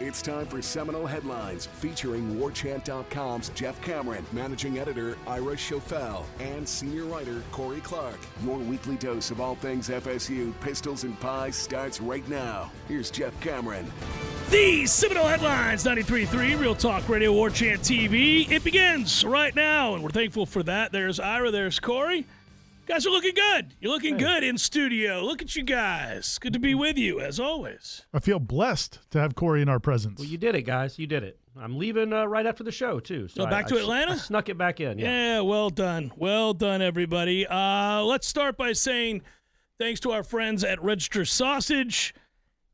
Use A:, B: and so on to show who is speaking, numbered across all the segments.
A: It's time for Seminole Headlines featuring WarChant.com's Jeff Cameron, managing editor Ira Schofel, and senior writer Corey Clark. Your weekly dose of all things FSU, pistols, and pies starts right now. Here's Jeff Cameron.
B: The Seminole Headlines 93.3 Real Talk Radio War Chant TV. It begins right now, and we're thankful for that. There's Ira, there's Corey. You guys are looking good. You're looking good in studio. Look at you guys. Good to be with you, as always.
C: I feel blessed to have Corey in our presence.
D: Well, you did it, guys. You did it. I'm leaving uh, right after the show too.
B: So back
D: I-
B: to
D: I s-
B: Atlanta?
D: I snuck it back in. Yeah.
B: Yeah, well done. Well done, everybody. Uh, let's start by saying thanks to our friends at Register Sausage.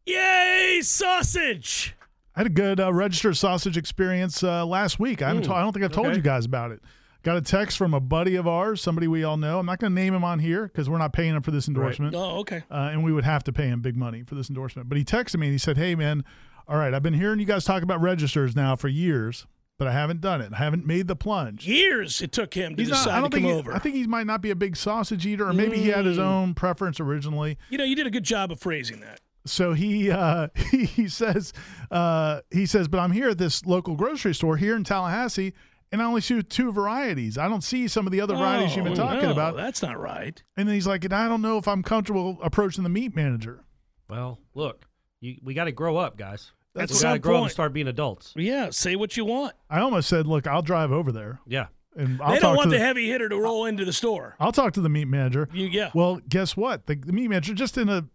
B: Yay, sausage!
C: I had a good uh, register sausage experience uh, last week. I, haven't t- I don't think I've told
D: okay.
C: you guys about it. Got a text from a buddy of ours, somebody we all know. I'm not going to name him on here because we're not paying him for this endorsement.
B: Oh, okay.
C: Uh, and we would have to pay him big money for this endorsement. But he texted me and he said, Hey, man, all right, I've been hearing you guys talk about registers now for years, but I haven't done it. I haven't made the plunge.
B: Years it took him to
C: He's not,
B: decide
C: I don't
B: to
C: think
B: come
C: he-
B: over.
C: I think he might not be a big sausage eater, or maybe he had his own preference originally.
B: you know, you did a good job of phrasing that.
C: so he uh, he, he says uh, he says, but I'm here at this local grocery store here in Tallahassee, and I only see two varieties. I don't see some of the other varieties you've been
B: Oh,
C: talking
B: no,
C: about.
B: That's not right.
C: And then he's like, and I don't know if I'm comfortable approaching the meat manager.
D: Well, look, you, we got to grow up, guys.
C: That's
D: we
B: what-
D: got
B: some
D: to grow up
B: point.
D: and start being adults.
B: Yeah, say what you want.
C: I almost said, look, I'll drive over there
D: Yeah.
C: and I'll
B: they
C: talk
B: don't want
C: to
B: the heavy hitter to roll into the store.
C: I'll talk to the meat manager.
B: You yeah.
C: Well, guess what? The, the meat manager, just in a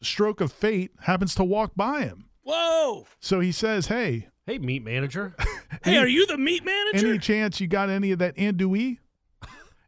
C: stroke of fate, happens to walk by him.
B: Whoa!
C: So he says, hey,
D: Hey, meat manager.
B: Hey, are you the meat manager?
C: any chance you got any of that andouille?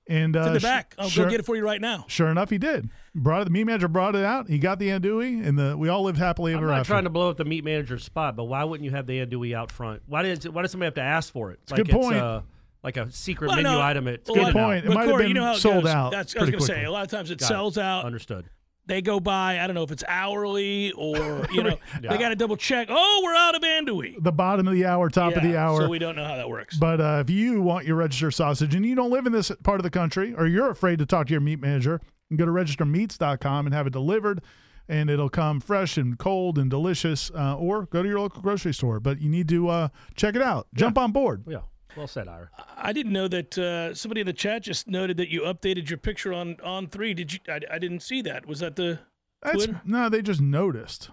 C: And uh,
B: it's in the
C: sh-
B: back. I'll
C: sure-
B: go get it for you right now.
C: Sure enough, he did. Brought it, the meat manager brought it out. He got the andouille, and the we all lived happily
D: I'm
C: ever
D: not
C: after.
D: trying to blow up the meat manager's spot, but why wouldn't you have the andouille out front? Why does Why does somebody have to ask for it? It's
C: a good point.
D: uh, like a secret
B: Well,
D: menu
B: no,
D: item. At
B: well,
D: In-N-Out.
C: Good point. It
B: But
C: might have
B: Corey,
C: been
B: you know how it
C: sold
B: goes.
C: out
B: That's, I was
C: pretty
B: going to say.
C: quickly.
B: A lot of times it
D: Got it.
B: sells out.
D: Understood.
B: They go by. I don't know if it's hourly or you know
D: Yeah.
B: they got to double check. Oh, we're out of andouille.
C: The bottom of the hour, top of the
B: Yeah,
C: hour.
B: So we don't know how that works.
C: but uh, if you want your register sausage and you don't live in this part of the country, or you're afraid to talk to your meat manager, you can go to registermeats.com and have it delivered, and it'll come fresh and cold and delicious. Uh, or go to your local grocery store, but you need to uh, check it out. Jump on board.
D: Yeah. Well said, Ira.
B: I didn't know that uh, somebody in the chat just noted that you updated your picture on on three. Did you? I, I didn't see that. Was that the?
C: That's,
B: Twitter?
C: no, they just noticed.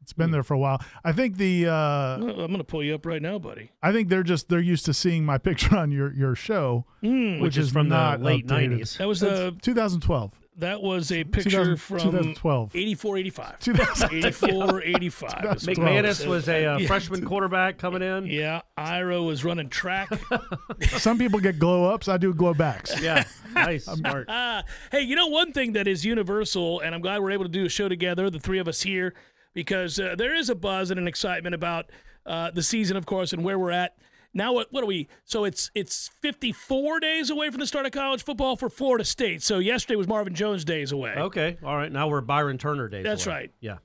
C: It's
D: Hmm.
C: been there for a while. I think the uh,
B: Oh, I'm gonna pull you up right now, buddy.
C: I think they're just they're used to seeing my picture on your your show, which,
D: Hmm. Which is from the
C: not
D: late
C: updated. uh,
D: 90s.
B: That was
C: That's
B: the
C: 2012.
B: that was a picture
C: 2000
B: from
C: 2012.
B: 84, 85.
C: 2000
B: 84, 85. is what it
D: McManus was a uh,
B: Yeah.
D: freshman quarterback coming in.
B: Yeah, Ira was running track.
C: Some people get glow ups. I do glow backs.
D: Yeah. Nice. Smart.
B: Ah, hey, you know one thing that is universal, and I'm glad we're able to do a show together, the three of us here, because uh, there is a buzz and an excitement about uh, the season, of course, and where we're at. Now, what, what are we? So it's it's 54 days away from the start of college football for Florida State. So yesterday was Marvin Jones days away.
D: Okay. All right. Now we're Byron Turner days.
B: That's
D: away.
B: right.
D: Yeah.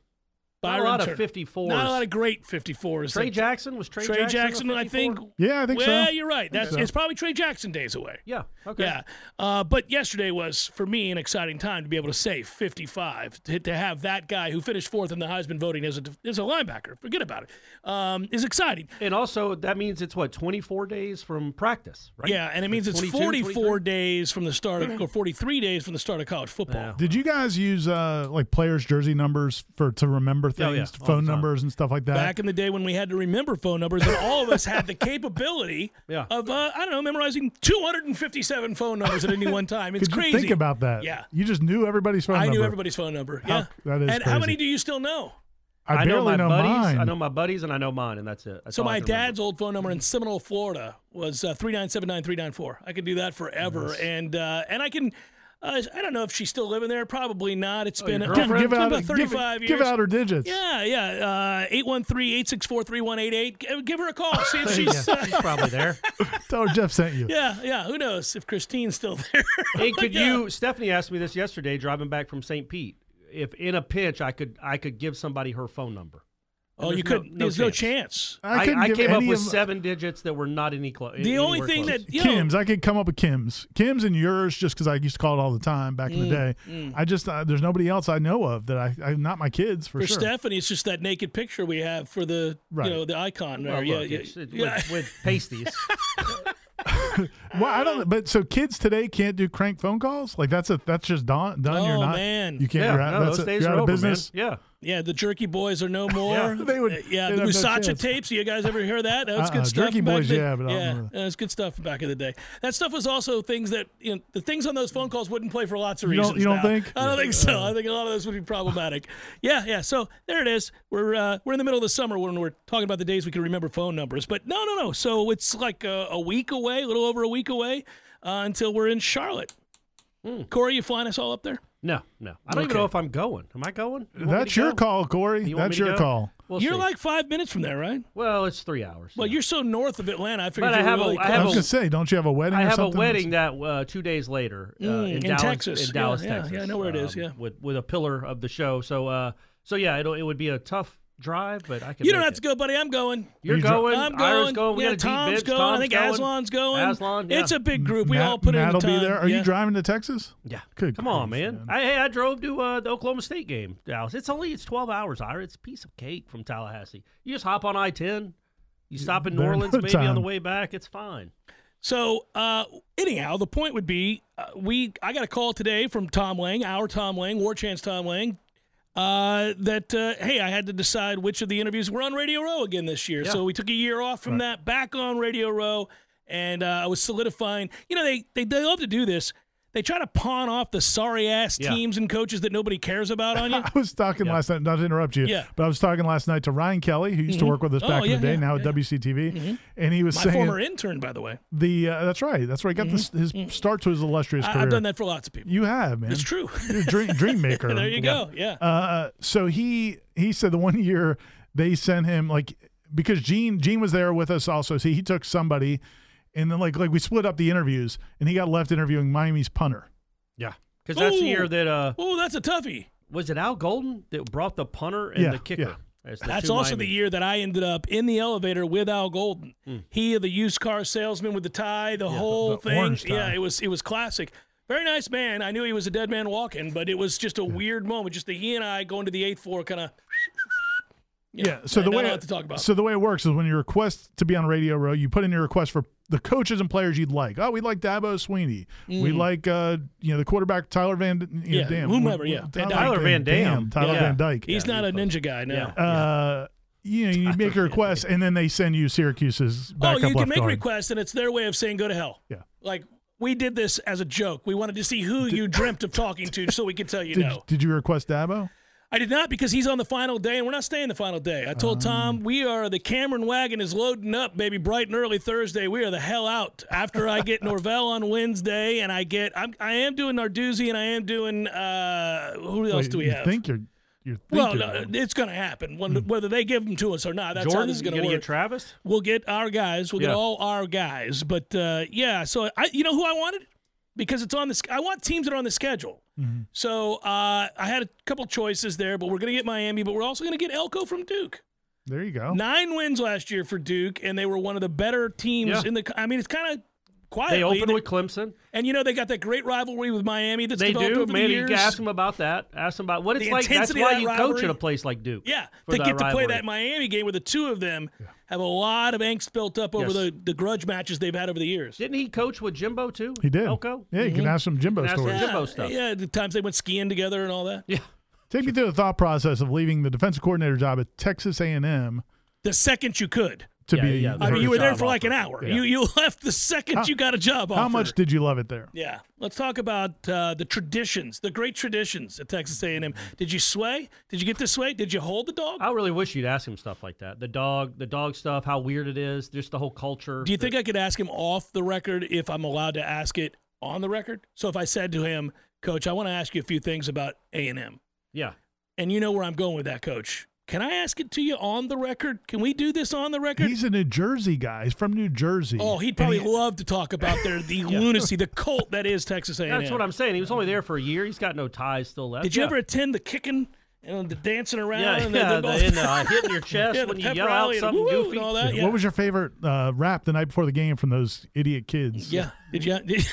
B: Byron
D: not a lot
B: Turner.
D: of 54s.
B: Not a lot of great 54s.
D: Trey
B: That-
D: Jackson was Trey,
B: Trey
D: Jackson. a
B: Jackson, I
D: 54?
B: think.
C: Yeah, I think
B: well,
C: so.
B: you're right. That's
C: so.
B: it's probably Trey Jackson days away.
D: Yeah. Okay.
B: Yeah. Uh, but yesterday was, for me, an exciting time to be able to say 55, to, to have that guy who finished fourth in the Heisman voting as a, as a linebacker, forget about it, um, is exciting.
D: And also that means it's what 24 days from practice, right?
B: Yeah, and it means it's
D: 22,
B: 44
D: 23?
B: days from the start of, or 43 days from the start of college football.
D: Yeah.
C: Did you guys use uh, like players' jersey numbers for to remember
D: Oh, yeah,
C: things,
D: all the
C: phone
D: time.
C: numbers and stuff like that?
B: Back in the day when we had to remember phone numbers, and all of us had the capability
D: Yeah.
B: of, uh, I don't know, memorizing 257 phone numbers at any one time. It's
C: Could you
B: crazy.
C: think about that?
B: Yeah.
C: you just knew everybody's phone
B: I
C: number.
B: knew everybody's phone number.
C: How-
B: yeah.
C: that is
B: and how
C: crazy.
B: many do you still know?
C: I,
D: know
C: barely
D: my
C: know,
D: buddies.
C: mine.
D: I know my buddies and I know mine, and that's it. That's
B: So
D: all I
B: my
D: can remember.
B: dad's old phone number in Seminole, Florida, was three nine seven nine three nine four. I could do that forever, and uh, and I can. Uh, I don't know if she's still living there. Probably not. It's been,
D: Oh, your
B: it's been
C: Give out,
B: about
C: give-
B: 35
C: give,
B: years.
C: out her digits.
B: yeah, yeah. Uh, 813-864-3188. G- Give her a call. See if
D: Yeah,
B: she's. Uh,
D: she's probably there.
C: Tell her Jeff sent you.
B: yeah, yeah. Who knows if Christine's still there?
D: Hey, could
B: Yeah.
D: you? Stephanie asked me this yesterday, driving back from St. Pete. If in a pinch, I could I could give somebody her phone number.
B: Oh, you
D: There's no-
B: could.
D: no
B: there's no chance.
D: I,
C: couldn't
D: I
C: give
D: came up
C: any
D: with
C: of-
D: seven digits that were not any close.
B: The only thing that you know,
C: Kim's. I could come up with Kim's. Kim's and yours, just because I used to call it all the time back
B: Mm,
C: in the day. I just uh, there's nobody else I know of that I, I not my kids for,
B: for
C: sure.
B: Stephanie, it's just that naked picture we have for the
C: Right.
B: you know the icon.
D: Well,
B: there. yeah,
D: Oh, look,
B: yeah,
D: it's- it's
B: yeah.
D: With, with pasties.
C: Well, I don't. But so kids today can't do crank phone calls. Like that's a that's just done. done. You're
B: Oh,
C: not.
B: man.
C: You can't.
D: yeah,
C: you're out,
D: no,
C: that's
D: those
C: it.
D: days
C: you're
D: are
C: out of
D: over,
C: business.
D: man. Yeah.
B: Yeah, the jerky boys are no more.
D: Yeah,
C: they would-
B: Uh, yeah,
C: they'd
B: the
C: have no
B: Musacha
C: chance.
B: tapes. You guys ever hear that? That was
C: Uh-uh,
B: good stuff.
C: Jerky
B: back
C: Boys,
B: then.
C: yeah, but I don't
B: yeah,
C: remember
B: that's good stuff back in the day. That stuff was also things that you know, the things on those phone calls wouldn't play for lots of
C: You don't-
B: reasons.
C: you don't
B: now.
C: think?
B: I don't think so. I think a lot of those would be problematic. yeah, yeah. So there it is. We're uh, we're in the middle of the summer when we're talking about the days we can remember phone numbers. But no, no, no. So it's like a, a week away, a little over a week away uh, until we're in Charlotte.
D: Hmm.
B: Corey, you flying us all up there?
D: No, no. I don't even
B: Okay.
D: know if I'm going. Am I going? You want me
C: That's
D: to
C: your
D: go?
C: call, Corey.
D: You want me
C: That's
D: to
C: your
D: go?
C: call.
D: We'll
B: You're
D: see.
B: like five minutes from there, right?
D: well, it's three hours.
B: Well, you're so north of Atlanta. I figured
D: But I
B: you were
D: have a-
B: really
D: I
B: close.
D: have
C: I
D: a-
C: was gonna say, don't you have a wedding?
D: I
C: or
D: have a
C: something?
D: wedding that uh, two days later uh,
B: Mm,
D: in,
B: in
D: Dallas,
B: Texas.
D: In Dallas,
B: Yeah, yeah,
D: Texas. um,
B: yeah, I know where it is, yeah.
D: with with a pillar of the show. So, uh, so yeah, it'll, it would be a tough drive, but I can.
B: You don't
D: make
B: have to
D: it.
B: go, buddy. I'm going.
D: You're
C: You dri-
D: going.
B: I'm going.
D: Ira's going. We
B: yeah,
D: got a deep
B: Tom's
D: bench.
B: going.
D: Tom's
B: I think
D: going.
B: Aslan's going.
D: Aslan, yeah.
B: It's a big group. We
C: Nat-
B: all put in the
C: Nat'll
B: time.
C: be there. Are
B: Yeah.
C: you driving to Texas?
D: Yeah.
C: Good
D: Come on,
C: grief,
D: man. I, hey, I drove to uh, the Oklahoma State game, Dallas. It's only it's 12 hours, Ira. It's a piece of cake from Tallahassee. You just hop on I-10. You stop in New
C: there in
D: Orleans,
C: no
D: maybe
C: time.
D: on the way back. It's fine.
B: So uh, anyhow, the point would be uh, we. I got a call today from Tom Lang, our Tom Lang, War Chance Tom Lang. Uh, that uh, hey, I had to decide which of the interviews were on Radio Row again this year. So we took a year off from that, back on Radio Row, and uh, I was solidifying. You know, they, they they love to do this. They try to pawn off the sorry ass
D: Yeah.
B: teams and coaches that nobody cares about on you.
C: I was talking last night, not to interrupt you,
B: Yeah.
C: but I was talking last night to Ryan Kelly, who used to work with us
B: Oh,
C: back in
B: yeah,
C: the day,
B: yeah,
C: now at
B: yeah. Mm-hmm.
C: WCTV, and he was
B: My
C: saying
B: former intern, by the way.
C: the uh, that's right, that's where he got this, his start to his illustrious
B: Mm-hmm. I,
C: career.
B: I've done that for lots of people.
C: You have, man.
B: It's true.
C: You're a dream, dream maker.
B: there you go. Yeah.
C: Uh, so he he said the one year they sent him like because Gene Gene was there with us also. So he took somebody, and then like like we split up the interviews, and he got left interviewing Miami's punter.
D: Yeah. Because that's the
B: Ooh.
D: year that uh,
B: oh, that's a toughie.
D: was it Al Golden that brought the punter and
C: Yeah,
D: the kicker.
C: yeah.
D: That's,
B: That's also the year that I ended up in the elevator with Al Golden. He, the used car salesman with the tie, the whole
C: Hmm. the
B: thing.
C: orange tie.
B: Yeah, it was it was classic. Very nice man. I knew he was a dead man walking, but it was just a weird moment. Just that he and I going to the eighth floor, kind of.
C: Yeah. So
B: I
C: the
B: don't
C: way
B: know what to talk about.
C: so the way it works is when you request to be on Radio Row, you put in your request for the coaches and players you'd like. Oh, we like Dabo Sweeney. We like uh, you know the quarterback Tyler Van. You know,
B: Mm. Yeah,
C: Dam.
B: whomever,
C: We-
B: yeah.
C: Tyler,
D: Tyler Van Dam.
C: Tyler
D: Yeah.
C: Van Dyke.
B: He's not a ninja guy Oh, now.
C: Uh, you know, you make a request and then they send you Syracuse's
B: Oh,
C: backup
B: you can
C: left
B: make
C: guard.
B: requests, and it's their way of saying go to hell.
C: Yeah.
B: Like we did this as a joke. We wanted to see who you dreamt of talking to, so we could tell you
C: Did,
B: no.
C: did you request Dabo?
B: I did not because he's on the final day, and we're not staying the final day. I told
C: Um.
B: Tom we are the Cameron wagon is loading up, baby, bright and early Thursday. We are the hell out after I get Norvell on Wednesday, and I get I'm, I am doing Narduzzi, and I am doing uh, who else
C: Wait,
B: do we
C: you
B: have?
C: Think you're, you're think
B: well,
C: you're Hmm.
B: no, uh,
C: wrong.
B: it's going to happen when, whether they give them to us or not. That's how
D: Jordan,
B: this is
D: you
B: going to
D: gonna
B: work.
D: get Travis?
B: we'll get our guys. We'll
D: Yeah.
B: get all our guys. But uh, yeah, so I, you know who I wanted because it's on the. sch- I want teams that are on the schedule.
D: Mm-hmm.
B: So uh, I had a couple choices there, but we're going to get Miami, but we're also going to get Elko from Duke.
C: there you
D: Oh.
C: go.
B: Nine wins last year for Duke, and they were one of the better teams
D: Yeah.
B: in the. co- I mean, it's kind of quietly.
D: They opened
B: that-
D: with Clemson.
B: and you know they got that great rivalry with Miami that's
D: They
B: developed
D: do.
B: over
D: Maybe
B: the
D: you
B: years.
D: can ask them about that. Ask them about what it's
B: The
D: like. That's
B: intensity of
D: why
B: that
D: you coach
B: rivalry.
D: at a place like Duke.
B: Yeah,
D: for
B: to get to play
D: rivalry.
B: that Miami game where the two of them have a lot of angst built up over
D: Yes.
B: the, the grudge matches they've had over the years.
D: Didn't he coach with Jimbo too?
C: He did.
D: Elko. Mm-hmm.
C: Yeah, you can ask some Jimbo
D: Can ask
C: stories.
D: him. Jimbo stuff.
B: Yeah, the times they went skiing together and all that.
D: Yeah.
C: Take me through the thought process of leaving the defensive coordinator job at Texas A&M
B: The second you could.
C: to
D: Yeah,
C: be.
D: yeah,
C: the
B: I mean,
C: head
B: you were there
D: job
B: for like an
D: offer.
B: hour.
D: Yeah.
B: You you left the second you got a job offer.
C: How much did you love it there?
B: Yeah, let's talk about uh, the traditions, the great traditions at Texas A&M. Did you sway? Did you get to sway? Did you hold the dog?
D: I really wish you'd ask him stuff like that. The dog, the dog stuff, how weird it is, just the whole culture.
B: Do you think I could ask him off the record if I'm allowed to ask it on the record? So if I said to him, Coach, I want to ask you a few things about A and M,
D: Yeah.
B: and you know where I'm going with that, Coach. Can I ask it to you on the record? Can we do this on the record?
C: He's a New Jersey guy. He's from New Jersey.
B: oh, he'd
C: And
B: probably
C: he-
B: love to talk about their the lunacy, the cult that is Texas A&M.
D: That's what I'm saying. He was only there for a year. He's got no ties still left.
B: Did you
D: Yeah.
B: ever attend the kicking and the dancing around?
D: Yeah,
B: and the,
D: yeah, the, in the, uh, hitting your chest
B: yeah, the
D: when you
B: pep
D: yell out
B: rally and
D: something
B: woo-woo
D: goofy.
B: and all that. Yeah.
C: What was your favorite uh, rap the night before the game from those idiot kids?
B: Yeah. Did you? Did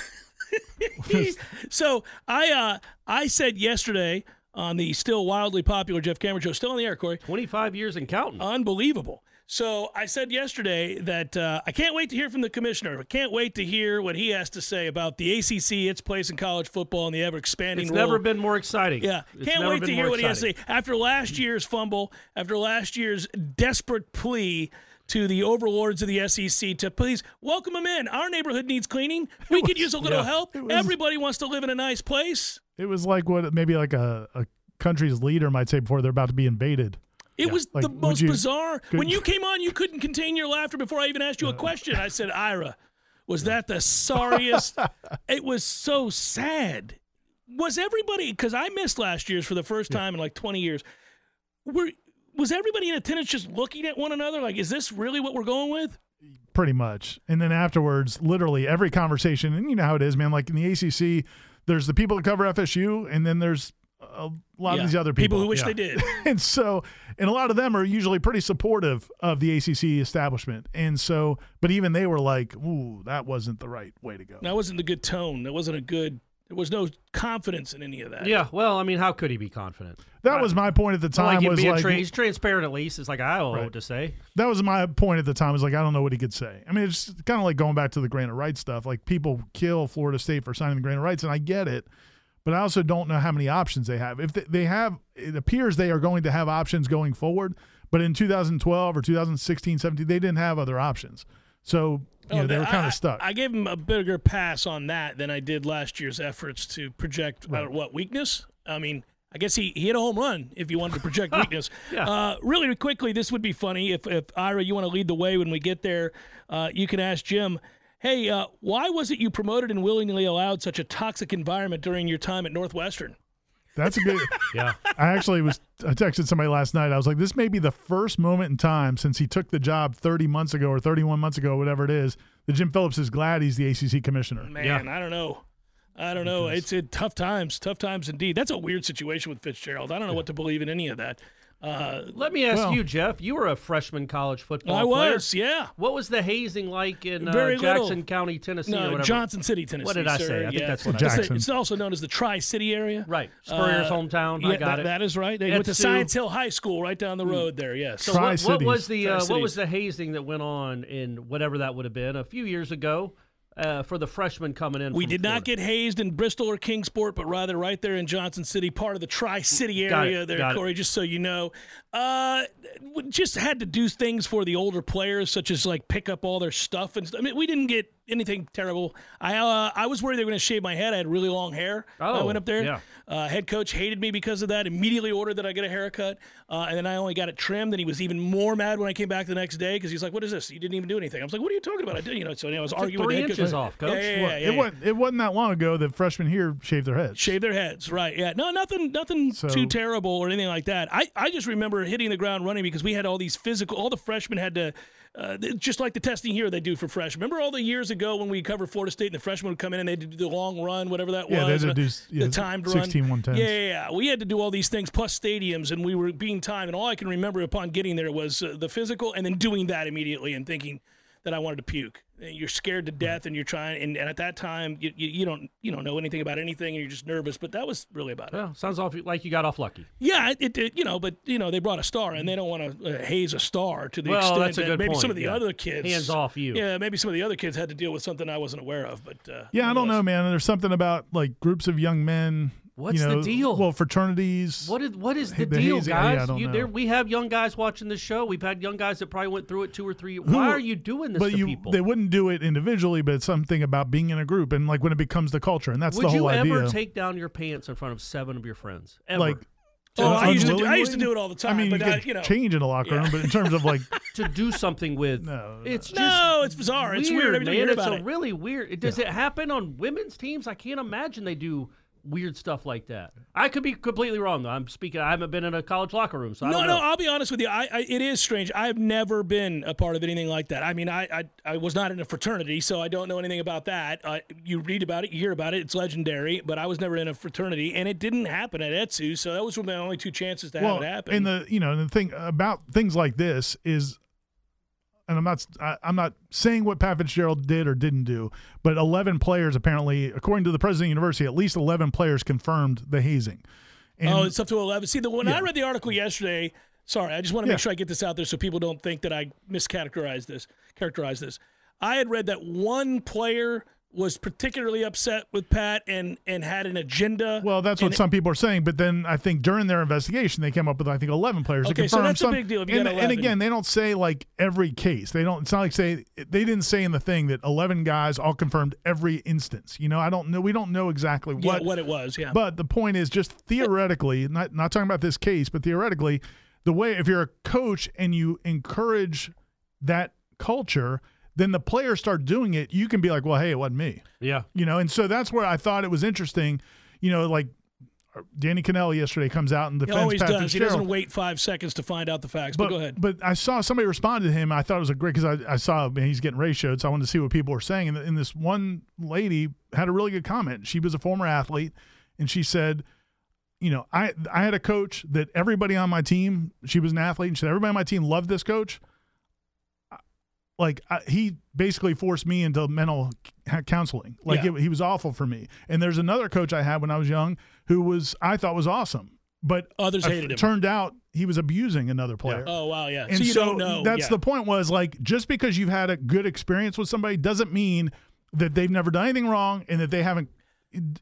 B: so I uh, I said yesterday on the still wildly popular Jeff Cameron show, still on the air, Corey.
D: 25 years and counting.
B: Unbelievable. So I said yesterday that uh, I can't wait to hear from the commissioner. I can't wait to hear what he has to say about the ACC, its place in college football, and the ever expanding.
D: it's
B: role.
D: never been more exciting.
B: Yeah,
D: It's
B: can't
D: never
B: wait
D: been
B: to hear
D: more
B: what he has to say
D: exciting.
B: after last year's fumble, after last year's desperate plea to the overlords of the SEC to please welcome him in. Our neighborhood needs cleaning. We could use a little
D: yeah,
B: help. Everybody wants to live in a nice place.
C: It was like what maybe like a, a country's leader might say before they're about to be invaded.
B: It was
C: like,
B: the
C: would
B: most
C: you-
B: bizarre.
C: could-
B: when you came on, you couldn't contain your laughter before I even asked you a question. I said, Ira, was that the sorriest? it was so sad. Was everybody, because I missed last year's for the first time in like 20 years, were, was everybody in attendance just looking at one another? Like, is this really what we're going with?
C: pretty much. And then afterwards, literally every conversation, and you know how it is, man. Like in the ACC, there's the people that cover FSU, and then there's a
B: Yeah.
C: lot of Uh, these other people,
B: who wish
C: Yeah.
B: they did.
C: and so, and a lot of them are usually pretty supportive of the ACC establishment. And so, but even they were like, "Ooh, that wasn't the right way to go."
B: That wasn't a good tone. That wasn't a good, there was no confidence in any of that.
D: Yeah, well, I mean, how could he be confident?
C: That was my point at the time.
D: Like him
C: was
D: being
C: like
D: tra- he's transparent at least. It's like I don't know what to say.
C: that was my point at the time. Was like I don't know what he could say. I mean, it's kind of like going back to the grant of rights stuff. Like people kill Florida State for signing the grant of rights, and I get it, but I also don't know how many options they have. If they, they have, it appears they are going to have options going forward. But in 2012 or 2016, 17, they didn't have other options, so you
B: Oh,
C: know, they
B: that-
C: were kind
B: I-
C: of stuck.
B: I, I gave him a bigger pass on that than I did last year's efforts to project uh, what weakness. I mean, I guess he, he hit a home run if you wanted to project weakness.
D: Yeah.
B: uh, really quickly, this would be funny if, if Ira, you want to lead the way when we get there. Uh, you can ask Jim, hey, uh, why was it you promoted and willingly allowed such a toxic environment during your time at Northwestern?
C: That's a good.
D: Yeah.
C: I actually was. I texted somebody last night. I was like, "This may be the first moment in time since he took the job 30 months ago or 31 months ago, whatever it is, that Jim Phillips is glad he's the ACC commissioner."
B: Man,
D: Yeah.
B: I don't know. I don't know. It's it, tough times, tough times indeed. That's a weird situation with Fitzgerald. I don't know what to believe in any of that. Uh,
D: Let me ask
C: Well-
D: you, Jeff. You were a freshman college football
B: I
D: player.
B: was, yeah.
D: What was the hazing like in uh,
B: Very little.
D: Jackson County, Tennessee, or
B: No,
D: whatever?
B: Johnson City, Tennessee.
D: did I
B: sir.
D: say? I think
B: Yeah.
D: that's what I
C: Jackson.
B: It's, it's also known as the Tri-City area. Uh,
D: Right. Spurrier's hometown. I
B: yeah,
D: got
B: that-
D: it.
B: That is right. They
D: Etsu.
B: went to Science Hill High School right down the road there. Yes.
D: So what, what
C: Tri-Cities.
D: was the uh, what
B: Tri-Cities.
D: was the hazing that went on in whatever that would have been a few years ago uh, for the freshmen coming in?
B: we
D: from
B: did not
D: Florida?
B: get hazed in Bristol or Kingsport, but rather right there in Johnson City, part of the Tri-City
D: Got it,
B: area there,
D: got it.
B: Corey. Just so you know, uh, we just had to do things for the older players, such as like pick up all their stuff and. St- I mean, we didn't get anything terrible. I uh, I was worried they were going to shave my head. I had really long hair. when I
D: Oh,
B: went up there.
D: yeah.
B: Uh, head coach hated me because of that. Immediately ordered that I get a haircut, uh, and then I only got it trimmed. And he was even more mad when I came back the next day because he's like, "What is this? You didn't even do anything." I was like, "What are you talking about? I did." You know, so anyway, I was arguing with
D: three
B: the head
D: inches
B: coach.
D: off, coach.
B: Yeah, yeah, yeah,
D: What?
B: yeah,
C: it
B: yeah.
C: wasn't. It wasn't that long ago that freshmen here shaved their heads.
B: Shave their heads, right? Yeah, no, nothing, nothing
C: So-
B: too terrible or anything like that. I, I just remember hitting the ground running because we had all these physical. All the freshmen had to, uh, th- just like the testing here they do for freshmen. Remember all the years ago when we covered Florida State and the freshmen would come in and they'd do the long run, whatever that
C: Yeah,
B: was,
C: they had to
B: and
C: do
B: the,
C: s- yeah,
B: the timed run,
C: 16 110s.
B: Yeah, yeah, yeah. we had to do all these things plus stadiums, and we were being timed. And all I can remember upon getting there was uh, the physical, and then doing that immediately and thinking that I wanted to puke. And You're scared to death, and you're trying. And, and at that time, you, you, you don't you don't know anything about anything, and you're just nervous. But that was really about it.
D: Well, sounds off like you got off lucky.
B: Yeah, it, it, it- you know, but you know they brought a star, and they don't want to uh, haze a star to the
D: Well,
B: extent
D: that's a
B: that
D: good
B: maybe
D: point,
B: some of the
D: yeah.
B: other kids
D: Hands off you.
B: Yeah, maybe some of the other kids had to deal with something I wasn't aware of. But uh,
C: Yeah, I don't know, man. There's something about like groups of young men.
D: What's
C: you
D: the
C: know,
D: deal?
C: Well, fraternities.
D: What is what is the
C: The
D: deal,
C: hazing- yeah, I
D: guys?
C: don't
D: you,
C: know.
D: there, we have young guys watching the show. We've had young guys that probably went through it two or three. Why are you doing this
C: But
D: to
C: you,
D: people?
C: they wouldn't do it individually, but it's something about being in a group and like when it becomes the culture, and that's
D: Would
C: the whole
D: you
C: idea.
D: ever take down your pants in front of seven of your friends? Ever?
C: like,
B: Oh, I used, to do, I
C: unwillingly?
B: used to do it all the time.
C: I mean,
B: but
C: you
B: I,
C: could
B: you know,
C: change in a locker room, but in terms of like,
D: to do something with?
C: No,
D: it's just
B: no, it's bizarre. it's weird. Every time you
D: man.
B: hear
D: It's
B: about
D: a
B: it.
D: really weird. Does it happen on women's teams? I can't imagine they do weird stuff like that. I could be completely wrong. though. I'm speaking. I haven't been in a college locker room, so I
B: no,
D: don't
B: no.
D: know.
B: I'll be honest with you. I, I it is strange. I've never been a part of anything like that. I mean, I I, I was not in a fraternity, so I don't know anything about that. Uh, you read about it, you hear about it. It's legendary, but I was never in a fraternity, and it didn't happen at Etsu. So that was my only two chances to have it happen.
C: And the you know the thing about things like this is, and I'm not I, I'm not saying what Pat Fitzgerald did or didn't do, but 11 players apparently, according to the president of the university, at least 11 players confirmed the hazing. And
B: oh, it's up to eleven. See, the when I read the article yesterday, sorry, I just want to
C: Yeah.
B: make sure I get this out there so people don't think that I miscategorized this. Characterize this. I had read that one player was particularly upset with Pat and and had an agenda.
C: well, that's what
B: and-
C: some people are saying, but then I think during their investigation they came up with I think 11 players. that
B: Okay, so
C: confirmed
B: that's a
C: some,
B: big deal if you
C: and,
B: got
C: and
B: 11.
C: again, they don't say like every case. They don't. It's not like say they didn't say in the thing that 11 guys all confirmed every instance. You know, I don't know. We don't know exactly
B: yeah,
C: what
B: what it was. Yeah.
C: But the point is just theoretically, not not talking about this case, but theoretically, the way if you're a coach and you encourage that culture, then the players start doing it, you can be like, well, hey, it wasn't me.
D: yeah,
C: You know, and so that's where I thought it was interesting, you know, like uh, Danny Cannell yesterday comes out and
B: He
C: defends
B: always
C: Pat
B: does. He doesn't
C: Fitzgerald.
B: wait five seconds to find out the facts. But, go ahead.
C: But I saw somebody respond to him. I thought it was a great because I, I saw man, he's getting ratioed, so I wanted to see what people were saying. And, and this one lady had a really good comment. She was a former athlete, and she said, "You know, I I had a coach that everybody on my team. She was an athlete, and she said everybody on my team loved this coach. I- Like I, he basically forced me into mental c- counseling. Like
B: Yeah.
C: it, he was awful for me. And there's another coach I had when I was young who was I thought was awesome." But
B: Others
C: I-
B: hated him.
C: Turned out he was abusing another player.
B: oh wow, yeah.
C: And
B: so
C: so,
B: you don't know.
C: that's
B: yeah.
C: the point was like just because you've had a good experience with somebody doesn't mean that they've never done anything wrong and that they haven't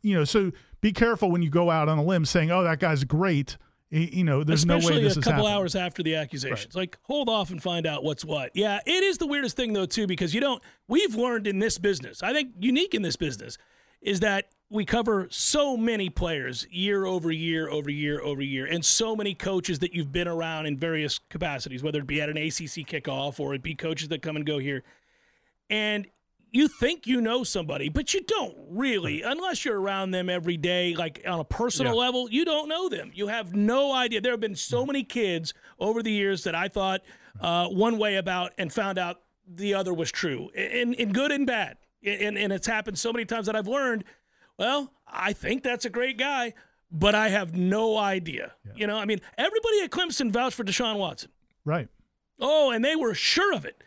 C: you know, so be careful when you go out on a limb saying, "Oh, that guy's great." Y- You know, there's
B: Especially
C: no way this
B: a
C: is
B: couple
C: happening.
B: hours after the accusations. Like, hold off and find out what's what. Yeah, it is the weirdest thing though too because you don't. We've learned in this business. I think unique in this business is that we cover so many players year over year over year over year, and so many coaches that you've been around in various capacities, whether it be at an ACC kickoff or it be coaches that come and go here. and you think you know somebody, but you don't really, unless you're around them every day, like on a personal level, you don't know them. You have no idea. There have been so many kids over the years that I thought uh, one way about and found out the other was true, in, in good and bad. And, and it's happened so many times that I've learned, well, I think that's a great guy, but I have no idea. You know, I mean, everybody at Clemson vouched for Deshaun Watson.
C: Right.
B: Oh, and they were sure of it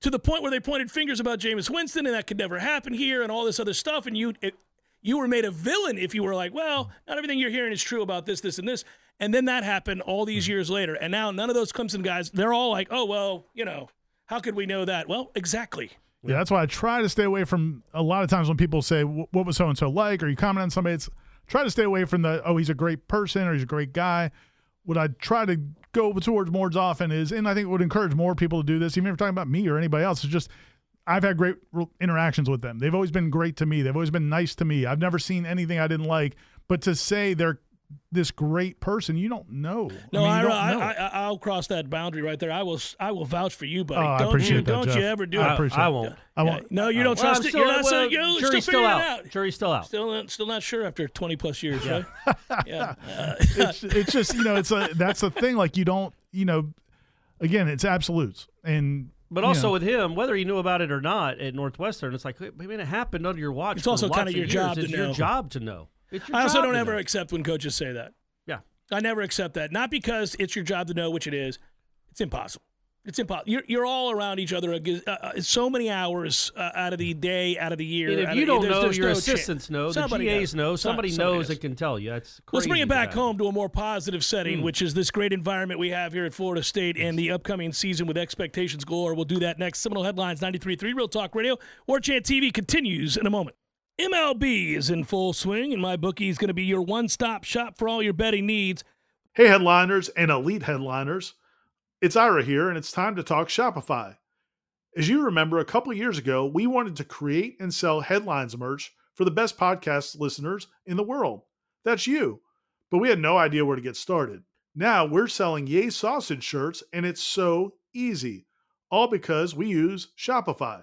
B: to the point where they pointed fingers about Jameis Winston and that could never happen here and all this other stuff. And you, it, you were made a villain if you were like, well, not everything you're hearing is true about this, this, and this. And then that happened all these
C: Hmm.
B: years later. And now none of those Clemson guys, they're all like, oh, well, you know, how could we know that? Well, exactly.
C: Yeah, that's why I try to stay away from a lot of times when people say, "Wh- "What was so and so like?" or you comment on somebody. It's try to stay away from the, "Oh, he's a great person" or "He's a great guy." What I try to go towards more often is, and I think it would encourage more people to do this, even if you're talking about me or anybody else. It's just I've had great re- interactions with them. They've always been great to me. They've always been nice to me. I've never seen anything I didn't like. But to say they're this great person, you don't know.
B: No,
C: mean,
B: I,
C: you don't
B: I,
C: know.
B: I, I, will cross that boundary right there. I will, s- I will vouch for you, buddy.
C: Oh, I
B: don't you,
C: appreciate that,
B: don't you
C: Jeff.
B: ever do
C: I
B: it.
C: appreciate
D: I
C: it.
D: won't.
C: I won't.
B: No, you don't
D: Well,
B: trust
D: I'm
B: it. You're
D: still-
B: not
D: well,
B: so, you're still
D: jury's
B: figuring
D: still
B: it
D: out.
B: out.
D: Jury's still out.
B: Still, still not sure after 20 plus years, right? yeah. Uh,
C: it's it's just you know it's a that's the thing like you don't you know again it's absolutes and
D: But
C: you
D: also
C: know,
D: with him, whether he knew about it or not at Northwestern, it's like, wait, I mean, it happened under your watch.
B: It's
D: for
B: also
D: lots
B: kinda your
D: years.
B: job to
D: it's your
B: know.
D: job to know. It's your
B: I also
D: job
B: don't
D: to
B: ever
D: know.
B: accept when coaches say that.
D: Yeah.
B: I never accept that. Not because it's your job to know, which it is. It's impossible. It's impossible. You're, you're all around each other ag- uh, uh, so many hours uh, out of the day, out of the year.
D: And
B: out
D: if
B: of
D: you
B: the-
D: don't
B: there's-
D: know,
B: there's
D: your
B: no chance.
D: assistants know, the
B: Somebody
D: GAs
B: does.
D: know, somebody, knows
B: does.
D: and can tell you. That's
B: Let's bring
D: crazy
B: it back
D: guy. Hmm.
B: home to a more positive setting, which is this great environment we have here at Florida State and the upcoming season with expectations galore. We'll do that next. Seminole Headlines 93.3 Real Talk Radio. War Chant TV continues in a moment. MLB is in full swing, and my bookie is going to be your one stop shop for all your betting needs.
C: hey headliners and elite headliners it's ira here and it's time to talk shopify as you remember a couple years ago we wanted to create and sell headlines merch for the best podcast listeners in the world that's you but we had no idea where to get started now we're selling yay sausage shirts and it's so easy all because we use shopify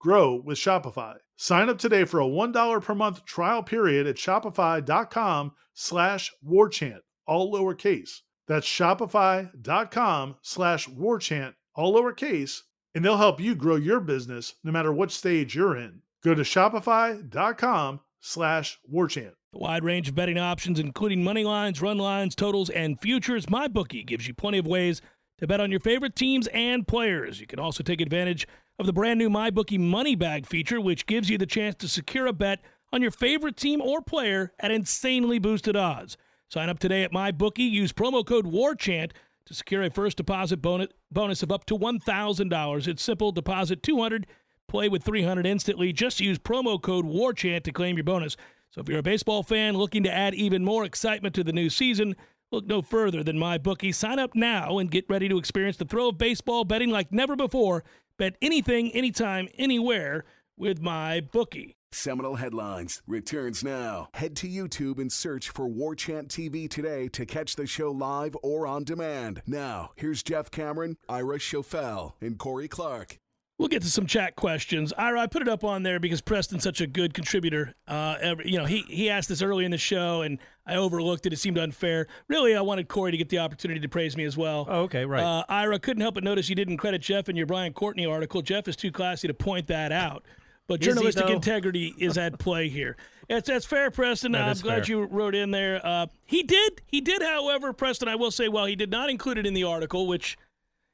C: grow with Shopify. Sign up today for a $1 per month trial period at shopify.com slash warchant, all lowercase. That's shopify.com slash warchant, all lowercase, and they'll help you grow your business no matter what stage you're in. Go to shopify.com slash warchant.
B: The wide range of betting options, including money lines, run lines, totals, and futures, MyBookie gives you plenty of ways to bet on your favorite teams and players. You can also take advantage of the brand new MyBookie Money Bag feature, which gives you the chance to secure a bet on your favorite team or player at insanely boosted odds. Sign up today at MyBookie. Use promo code WARCHANT to secure a first deposit bonus, bonus of up to $1,000. It's simple. Deposit 200 Play with 300 instantly. Just use promo code WARCHANT to claim your bonus. So if you're a baseball fan looking to add even more excitement to the new season, look no further than MyBookie. Sign up now and get ready to experience the thrill of baseball betting like never before. Bet anything, anytime, anywhere with MyBookie.
A: Seminal Headlines returns now. Head to YouTube and search for War Chant TV today to catch the show live or on demand. Now, here's Jeff Cameron, Ira Schofel, and Corey Clark.
B: We'll get to some chat questions. Ira, I put it up on there because Preston's such a good contributor. Uh, every, you know, he he asked this early in the show, and I overlooked it. It seemed unfair. Really, I wanted Corey to get the opportunity to praise me as well.
D: Oh, okay, right.
B: Uh, Ira couldn't help but notice you didn't credit Jeff in your Brian Courtney article. Jeff is too classy to point that out. But
D: Is he,
B: journalistic
D: though?
B: integrity is at play here. It's, that's fair, Preston.
D: That
B: I'm
D: is
B: glad
D: fair.
B: you wrote in there. Uh, he did. He did, however, Preston. I will say, while he did not include it in the article, which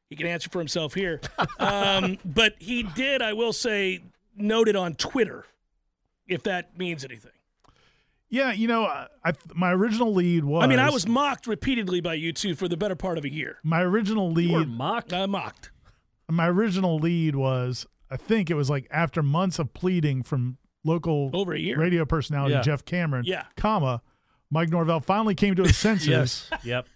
B: he can answer for himself here. Um, but he did, I will say, note it on Twitter, if that means anything.
C: Yeah, you know, I, I, my original lead was.
B: I mean, I was mocked repeatedly by you two for the better part of a year.
C: My original
D: you were
C: lead.
D: mocked.
B: I mocked.
C: my original lead was I think it was like after months of pleading from local
B: Over a year.
C: radio personality
D: Yeah.
C: Jeff Cameron,
B: Yeah.
C: comma, Mike Norvell finally came to his senses.
D: Yes. yep.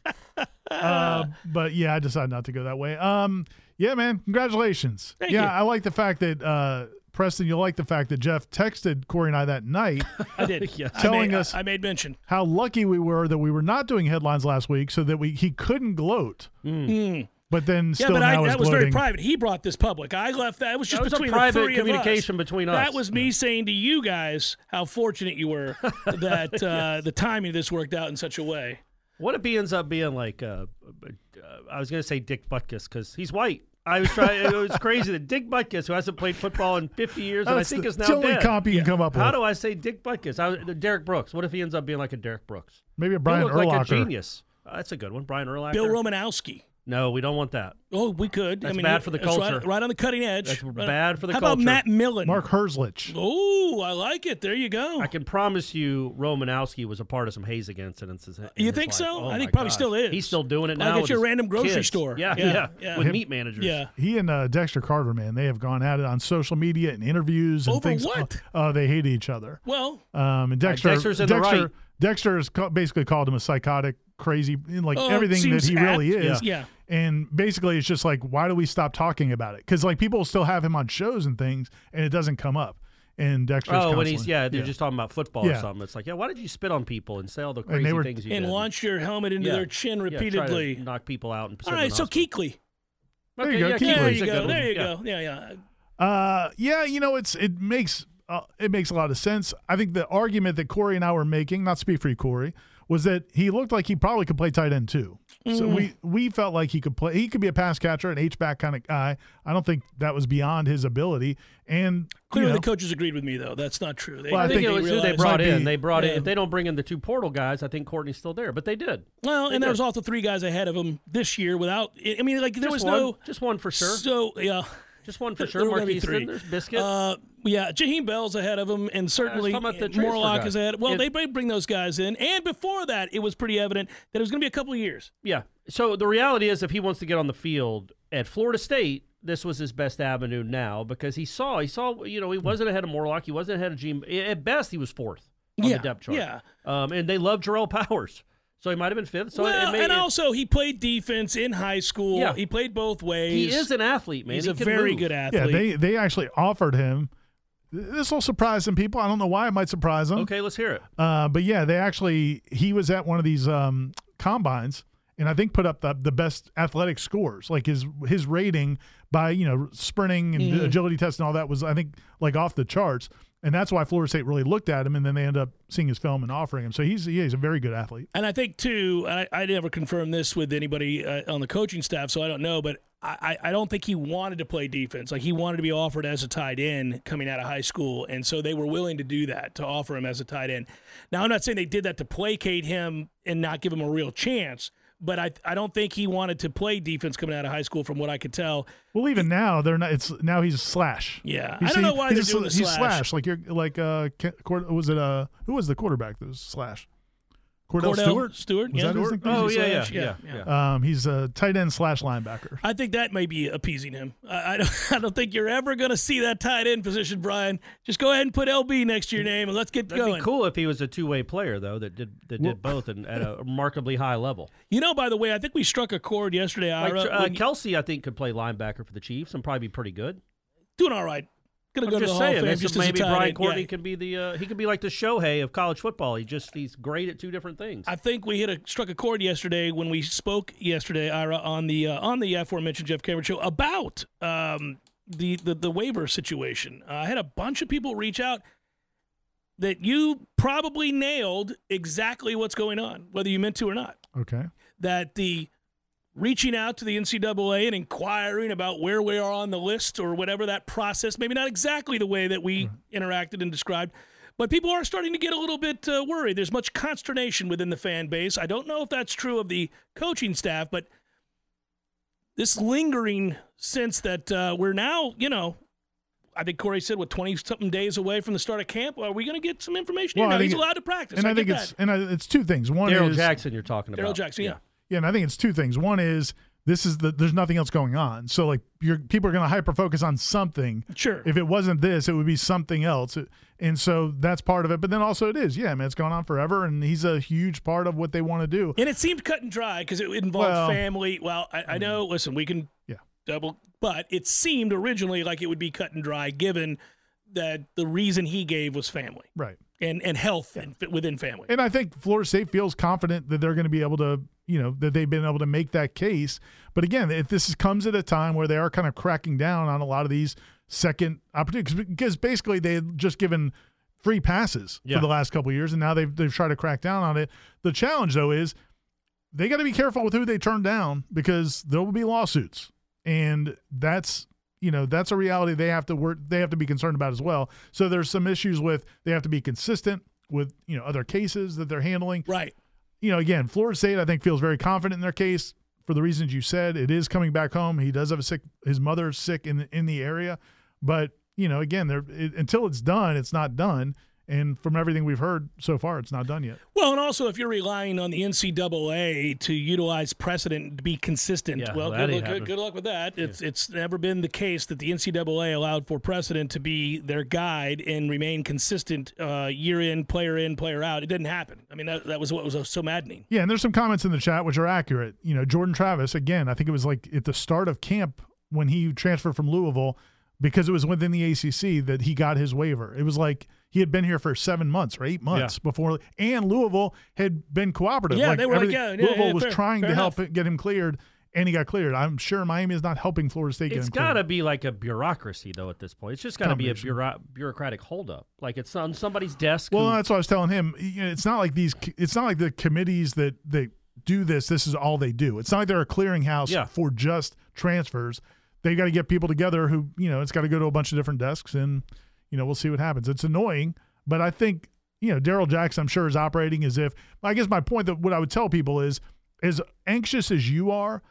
C: Uh, but yeah, I decided not to go that way. Um, yeah, man, congratulations.
B: Thank
C: yeah,
B: you.
C: I like the fact that uh, Preston, you'll like the fact that Jeff texted Corey and I that night
B: I did.
D: Yes.
B: I
C: Telling
B: made,
C: us-
B: I, I made mention.
C: how lucky we were that we were not doing headlines last week, so that we he couldn't gloat.
D: Mm.
C: But then
B: Mm. Yeah,
C: still
B: but I,
C: now is
B: that was very
C: gloating.
B: private. He brought this public. I left that. It was just
D: That was a
B: between
D: private
B: the three
D: communication
B: of us.
D: between
B: That
D: us.
B: was me saying to you guys how fortunate you were that uh, the timing of this worked out in such a way.
D: What if he ends up being like, uh, uh, I was going to say Dick Butkus because he's white. I was trying. it was crazy that Dick Butkus, who hasn't played football in 50 years, and I
C: That's
D: think
C: the,
D: is now
C: the only
D: dead.
C: comp you can come up with.
D: How do I say Dick Butkus? I, was- Derek Brooks. What if he ends up being like a Derek Brooks?
C: Maybe a
D: He
C: Brian
D: looked
C: Urlacher.
D: like a genius. Uh, that's a good one, Brian Urlacher.
B: Bill Romanowski.
D: No, we don't want that.
B: Oh, we could. I
D: That's
B: mean,
D: bad
B: he-
D: for the
B: that's right- Right,
D: culture.
B: on the cutting edge.
D: That's
B: Right-
D: bad for the
B: how
D: culture.
B: about Matt Millen?
C: Mark Herzlich.
B: Oh, I like it. There you go.
D: I can promise you, Romanowski was a part of some Haze against incidents. in his
B: You think
D: life.
B: so?
D: Oh
B: I think
D: my
B: probably
D: gosh.
B: still is.
D: He's still doing it
B: Like
D: now.
B: at
D: with
B: your
D: his
B: random grocery
D: kids.
B: store.
D: Yeah,
B: Yeah,
D: yeah,
B: yeah.
D: With
B: Him-
D: meat managers.
B: yeah.
C: He and uh, Dexter Carter, man, they have gone at it on social media and interviews and
B: Over
C: things.
B: what?
C: Oh, oh, they hate each other.
B: Well,
C: Um, and Dexter,
D: Dexter's in the
C: Dexter,
D: right.
C: Dexter has ca- basically called him a psychotic, crazy, like
B: Oh, it
C: everything that
B: seems
C: he really
B: apt.
C: is.
B: Yeah.
C: And basically, it's just like, why do we stop talking about it? Because like people still have him on shows and things, and it doesn't come up. And Dexter's
D: Oh, when he's
C: constantly-
D: yeah, they're just talking about football
C: Yeah.
D: or something. It's like, yeah, why did you spit on people and say all the
C: they
D: crazy
C: were-
D: things you
B: and
D: did?
B: launch your helmet into
D: Yeah.
B: their chin
D: Yeah, try to
B: repeatedly.
D: knock people out. And
B: All right, so Keekly.
C: There you go,
D: yeah,
C: Keekly.
B: There
D: Keekly's
B: you
D: a good
B: go.
D: one.
B: There you
D: Yeah.
B: go. Yeah, yeah.
C: Uh, yeah, you know, it's it makes uh, it makes a lot of sense. I think the argument that Corey and I were making, not speak for you, Corey, was that he looked like he probably could play tight end too. So we
B: Mm-hmm.
C: we felt like he could play. He could be a pass catcher, an H back kind of guy. I don't think that was beyond his ability. And
B: Clearly,
C: you know,
B: the coaches agreed with me, though. That's not true. They,
C: Well, I
D: I think,
C: think
D: it was who they
B: realized-
D: brought
C: might
D: in.
C: be-
D: They brought
B: Yeah.
D: in. If they don't bring in the two portal guys, I think Courtney's still there. But they did.
B: Well, and there was also three guys ahead of him this year without. I mean, like there
D: Just
B: was
D: one,
B: no.
D: Just one for sure.
B: So yeah,
D: just one for
B: there-
D: sure.
B: there were gonna be
D: Marquise
B: three.
D: Sanders, Biscuit.
B: Uh, yeah, Jaheim Bell's ahead of him, and certainly
D: talking about the transfer
B: Morlock
D: guy.
B: is ahead. Well,
D: Yeah.
B: they may bring those guys in, and before that, it was pretty evident that it was going to be a couple of years.
D: yeah. So the reality is, if he wants to get on the field at Florida State, this was his best avenue now because he saw he saw you know
B: Hmm.
D: he wasn't ahead of Morlock. He wasn't ahead of Gene. At best, he was fourth on
B: Yeah,
D: the depth chart.
B: yeah.
D: Um, and they love Jarrell Powers, so he might have been fifth. So
B: well,
D: it may,
B: and
D: it-
B: also he played defense in high school.
D: Yeah.
B: he played both ways.
D: he is an athlete, man.
B: He's
D: He
B: a
D: can
B: very
D: move.
B: good
C: yeah,
B: athlete.
C: they they actually offered him. This will surprise some people. I don't know why it might surprise them.
D: Okay, let's hear it.
C: Uh, but yeah, they actually he was at one of these um, combines, and I think put up the, the best athletic scores, like his his rating by you know sprinting and
B: Mm.
C: agility tests and all that was I think like off the charts, and that's why Florida State really looked at him, and then they end up seeing his film and offering him. So he's yeah, he's a very good athlete.
B: And I think too, I, I never confirmed this with anybody uh, on the coaching staff, so I don't know. But I, I I don't think he wanted to play defense. Like he wanted to be offered as a tight end coming out of high school, and so they were willing to do that to offer him as a tight end. Now I'm not saying they did that to placate him and not give him a real chance, but I I don't think he wanted to play defense coming out of high school, from what I could tell.
C: Well, even now they're not. It's now he's slash.
B: Yeah.
C: He's-
B: I don't know why
C: he's
B: they're doing the
C: he's
B: slash.
C: Like you're like uh, Ke- Cord- was it uh who was the quarterback that was slash? Cordell,
B: Cordell
C: Stewart.
B: Stewart,
C: Was
B: yeah.
C: that his nickname?
D: Oh yeah, yeah,
B: slash?
D: yeah,
B: Yeah,
D: yeah.
C: Um, he's a tight end slash linebacker.
B: I think that may be appeasing him. I, I, don't, I don't think you're ever going to see that tight end position, Brian. Just go ahead and put LB next to your name and let's get
D: That'd
B: going.
D: be cool if he was a two-way player though that did that did both and at a remarkably high level.
B: You know, by the way, I think we struck a chord yesterday.
D: Like,
B: Ira,
D: uh,
B: when-
D: Kelsey, I think could play linebacker for the Chiefs and probably be pretty good.
B: doing all right. Going to go
D: I'm
B: to the
D: just
B: Hall
D: saying,
B: of Fame
D: that's
B: just as a
D: maybe
B: tight
D: Brian
B: end.
D: Courtney
B: Yeah.
D: could be the uh, he could be like the Shohei of college football. He just he's great at two different things.
B: I think we hit a struck a chord yesterday when we spoke yesterday, Ira, on the uh, on the aforementioned Jeff Cameron show about um, the, the the waiver situation. Uh, I had a bunch of people reach out that you probably nailed exactly what's going on, whether you meant to or not.
C: Okay.
B: that the reaching out to the NCAA and inquiring about where we are on the list or whatever that process, maybe not exactly the way that we
C: Mm-hmm.
B: interacted and described, but people are starting to get a little bit uh, worried. There's much consternation within the fan base. I don't know if that's true of the coaching staff, but this lingering sense that uh, we're now, you know, I think Corey said, what, 20 something days away from the start of camp? Are we going to get some information?
C: Well,
B: here?
C: I
B: Now,
C: think
B: he's
C: it-
B: allowed to practice.
C: and I,
B: I
C: think
B: get
C: it's and I, it's two things. One
D: Daryl
C: is
D: Jackson, you're talking
B: that. Daryl
D: about.
B: Jackson, yeah.
C: yeah, and I think it's two things. One is this is the there's nothing else going on. So like your people are going to hyper focus on something.
B: Sure.
C: If it wasn't this, it would be something else. And so that's part of it. But then also it is. Yeah, I mean it's gone on forever and he's a huge part of what they want to do.
B: And it seemed cut and dry because it involved
C: Well-
B: family. Well, I, I know. Listen, we can
C: Yeah.
B: double, but it seemed originally like it would be cut and dry, given that the reason he gave was family
C: Right.
B: and and health and fit within family.
C: And I think Florida State feels confident that they're going to be able to, you know, that they've been able to make that case. But again, if this is, comes at a time where they are kind of cracking down on a lot of these second opportunities, 'cause- because basically they had just given free passes
D: Yeah.
C: for the last couple of years, and now they've they've tried to crack down on it. The challenge though is they got to be careful with who they turn down because there will be lawsuits, and that's you know that's a reality they have to work they have to be concerned about as well. So there's some issues with they have to be consistent with you know other cases that they're handling.
B: Right.
C: You know, again, Florida State I think feels very confident in their case for the reasons you said. It is coming back home. He does have a sick his mother's sick in the, in the area, but you know again, they're, it, until it's done, it's not done. And from everything we've heard so far, it's not done yet.
B: Well, and also if you're relying on the NCAA to utilize precedent and to be consistent,
D: Yeah,
B: well,
D: well,
B: good,
D: that ain't
B: luck, good,
D: happening.
B: good luck with that. It's it's never been the case that the NCAA allowed for precedent to be their guide and remain consistent uh, year in, player in, player out. It didn't happen. I mean, that, that was what was so maddening.
C: Yeah, and there's some comments in the chat which are accurate. You know, Jordan Travis, again, I think it was like at the start of camp when he transferred from Louisville because it was within the ACC that he got his waiver. It was like he had been here for seven months or eight months before, and Louisville had been cooperative.
B: Yeah, they were like,
C: everything-
B: yeah, yeah,
C: Louisville
B: yeah,
C: was
B: fair-
C: trying
B: fair
C: to
B: enough.
C: help it- get him cleared, and he got cleared. I'm sure Miami is not helping Florida State. get
D: It's
C: him
D: got to
C: cleared.
D: be like a bureaucracy, though. At this point, it's just got to be a
C: Combination.
D: bureau- bureaucratic holdup. Like it's on somebody's desk.
C: Well,
D: who-
C: that's what I was telling him. You know, It's not like these. It's not like the committees that that do this. This is all they do. It's not like they're a clearinghouse
D: Yeah.
C: for just transfers. They've got to get people together who you know. It's got to go to a bunch of different desks, and you know we'll see what happens. It's annoying, but I think you know Daryl Jackson. I'm sure is operating as if. I guess my point that what I would tell people is, as anxious as you are,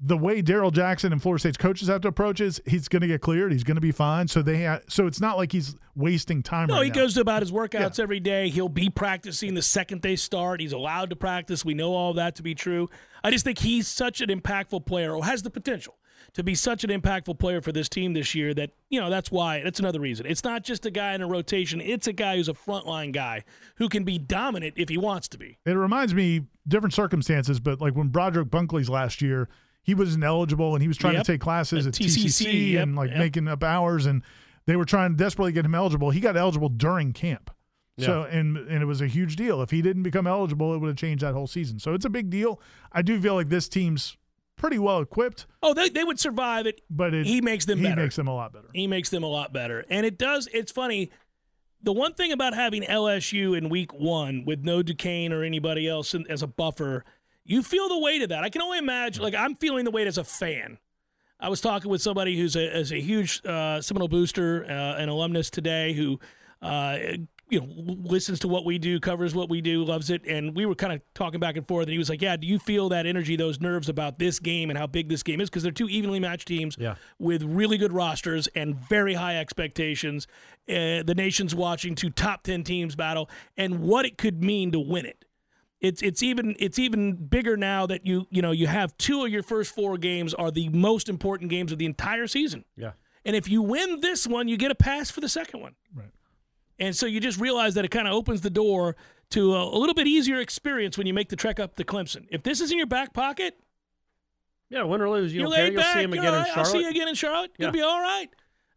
C: the way Daryl Jackson and Florida State's coaches have to approach is he's going to get cleared. He's going to be fine. So they ha- so it's not like he's wasting time.
B: No,
C: right
B: he
C: now.
B: goes to about his workouts every day. He'll be practicing the second they start. He's allowed to practice. We know all that to be true. I just think he's such an impactful player, or has the potential to be such an impactful player for this team this year that, you know, that's why, that's another reason. It's not just a guy in a rotation, it's a guy who's a frontline guy who can be dominant if he wants to be.
C: It reminds me different circumstances, but like when Broderick Bunkley's last year, he was ineligible and he was trying
B: Yep.
C: to take classes
B: At
C: at
B: TCC,
C: TCC,
B: yep,
C: and like
B: yep.
C: making up hours, and they were trying desperately to get him eligible. He got eligible during camp, so and and it was a huge deal. If he didn't become eligible, it would have changed that whole season. So it's a big deal. I do feel like this team's pretty well equipped,
B: Oh, they, they would survive it.
C: but it,
B: He makes them
C: he
B: better.
C: makes them a lot better.
B: He makes them a lot better. And it does, it's funny. The one thing about having LSU in week one with no Duquesne or anybody else in, as a buffer, you feel the weight of that. I can only imagine, like, I'm feeling the weight as a fan. I was talking with somebody who's a, is a huge uh, Seminole booster, uh, an alumnus today who, uh, you know, l- listens to what we do, covers what we do, loves it, and we were kind of talking back and forth. And he was like, "Yeah, do you feel that energy, those nerves about this game and how big this game is? Because they're two evenly matched teams
D: Yeah.
B: with really good rosters and very high expectations. Uh, the nation's watching two top ten teams battle, and what it could mean to win it." it's it's even it's even bigger now that you you know you have two of your first four games are the most important games of the entire season.
D: yeah.
B: And if you win this one, you get a pass for the second one.
C: Right.
B: And so you just realize that it kind of opens the door to a, a little bit easier experience when you make the trek up to Clemson. If this is in your back pocket,
D: Yeah, win or lose, you
B: you're
D: don't care.
B: laid
D: You'll
B: back.
D: see him
B: You're
D: again
B: all
D: in
B: right.
D: Charlotte.
B: I'll see you again in Charlotte.
D: Yeah.
B: You'll be all right.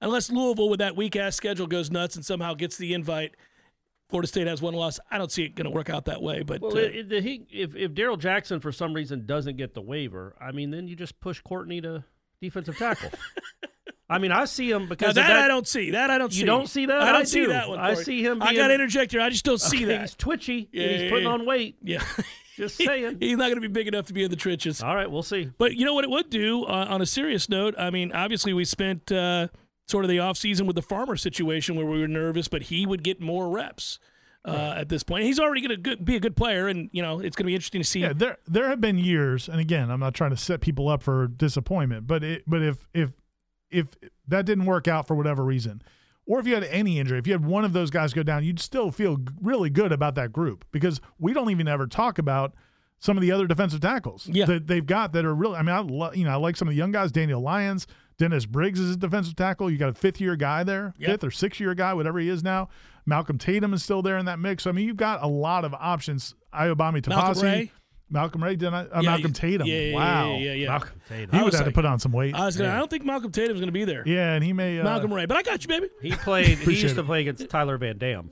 B: Unless Louisville with that weak ass schedule goes nuts and somehow gets the invite. Florida State has one loss. I don't see it going to work out that way, but
D: Well,
B: uh,
D: it, it- the- he, if if Daryl Jackson for some reason doesn't get the waiver, I mean, then you just push Courtney to defensive tackle. I mean, I see him
B: Now
D: because
B: that,
D: of that
B: I don't see. That I don't
D: You
B: see.
D: don't see that?
B: I don't
D: I
B: see
D: do.
B: that one.
D: I
B: Corey.
D: see him
B: I got to
D: being-
B: interject here. I just don't see
D: He's
B: that.
D: twitchy.
B: Yeah,
D: and he's
B: yeah,
D: putting
B: yeah.
D: on weight.
B: Yeah.
D: Just saying.
B: He's not going to be big enough to be in the trenches.
D: All right, we'll see.
B: But you know what it would do uh, on a serious note? I mean, obviously, we spent uh, sort of the offseason with the farmer situation where we were nervous, but he would get more reps. Uh, At this point, he's already going to be a good player, and you know it's going to be interesting to see.
C: Yeah, there there have been years, and again, I'm not trying to set people up for disappointment, but it but if if if that didn't work out for whatever reason, or if you had any injury, if you had one of those guys go down, you'd still feel g- really good about that group because we don't even ever talk about some of the other defensive tackles
B: Yeah.
C: that they've got that are really. I mean, I lo- you know I like some of the young guys, Daniel Lyons, Dennis Briggs is a defensive tackle. You got a fifth year guy there,
B: Yeah.
C: fifth or sixth year guy, whatever he is now. Malcolm Tatum is still there in that mix. I mean, you've got a lot of options. Iobami
B: Malcolm
C: Tapasi,
B: Ray?
C: Malcolm Ray, did I? Uh,
B: Yeah,
C: Malcolm
B: yeah,
C: Tatum.
B: yeah, yeah,
C: wow.
B: yeah, yeah, yeah.
D: Malcolm Tatum.
C: He
B: was
C: would have to
B: like-
C: put on some weight.
B: I was gonna. I don't think Malcolm Tatum's going to be there.
C: yeah, and he may. Uh,
B: Malcolm Ray, but I got you, baby.
D: He played. he
C: Appreciate
D: used to
C: it.
D: play against Tyler Van Dam.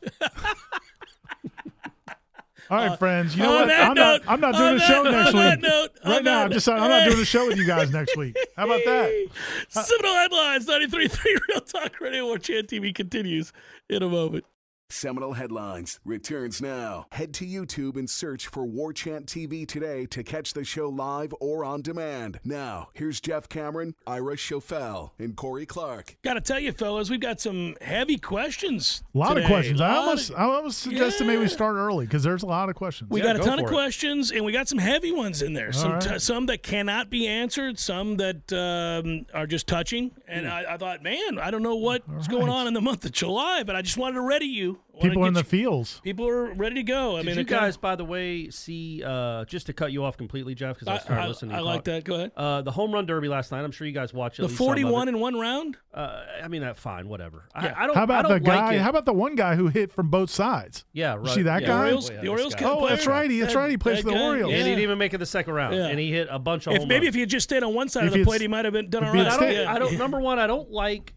C: All right, friends. You know
B: on
C: what?
B: that
C: I'm
B: note,
C: not. I'm not
B: on
C: doing a
B: that-
C: show
B: on
C: next
B: that
C: week.
B: note, on
C: right now,
B: that-
C: I'm just. I'm not doing a show with you guys next week. How about that?
B: Seminole Headlines 93.3 Real Talk Radio or Chan TV continues in a moment.
A: Seminole Headlines returns now. Head to YouTube and search for War Chant TV today to catch the show live or on demand. Now, here's Jeff Cameron, Ira Schofel, and Corey Clark.
B: Got to tell you, fellas, we've got some heavy questions.
C: A lot
B: today.
C: of questions. I
B: Lot
C: almost.
B: of-
C: I almost suggested maybe
B: Yeah.
C: we start early because there's a lot of questions.
B: we
D: Yeah,
B: got a
D: go
B: ton of
D: for it.
B: questions, and we got some heavy ones in there. Some,
C: All right.
B: t- some that cannot be answered, some that um, are just touching. And I, I thought, man, I don't know what's going
C: right.
B: on in the month of July, but I just wanted to ready you. Wanted
C: People
B: to
C: in the
B: get you-
C: fields.
B: People are ready to go. I
D: Did
B: mean,
D: you
B: they're kinda-
D: guys, by the way, see? Uh, just to cut you off completely, Jeff, because I started
B: I,
D: listening.
B: I,
D: to
B: I
D: you
B: like
D: talk.
B: that. Go ahead.
D: Uh, the home run derby last night. I'm sure you guys watched. At
B: The
D: least some of it.
B: forty-one in one round.
D: Uh, I mean, that fine, whatever.
B: Yeah.
D: I, I don't.
C: How
D: I
C: about
D: don't
C: the guy?
D: Like it.
C: how about the one guy who hit from both sides?
D: yeah, right.
C: see that
D: yeah,
C: guy?
D: yeah,
B: Orioles-
D: yeah,
B: the
D: this
B: Orioles
D: guy.
B: kind of
C: Oh, that's
B: player.
C: right. He- that's
B: That-
C: right. He plays
B: that
C: for the
B: guy,
C: Orioles.
D: And
B: yeah.
D: he didn't even make it the second round.
B: Yeah.
D: And he hit a bunch of
B: If
D: home
B: maybe
D: runs.
B: if you just stayed on one side
C: If
B: of the
C: you'd
B: plate,
C: s-
B: he might have been done
C: if
B: all
C: you'd
B: right.
D: I don't.
C: stayed-
B: Yeah.
D: I don't. Number one, I don't like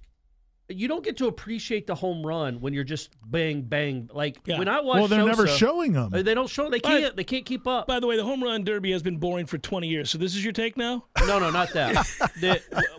D: you don't get to appreciate the home run when you're just bang bang. Like
B: Yeah.
D: when I watch,
C: Well, they're never
D: Sosa, uh,
C: showing them.
D: They don't show. They
B: But-
D: can't. They can't keep up.
B: By the way, the home run derby has been boring for 20 years. So this is your take now?
D: No, no, not that.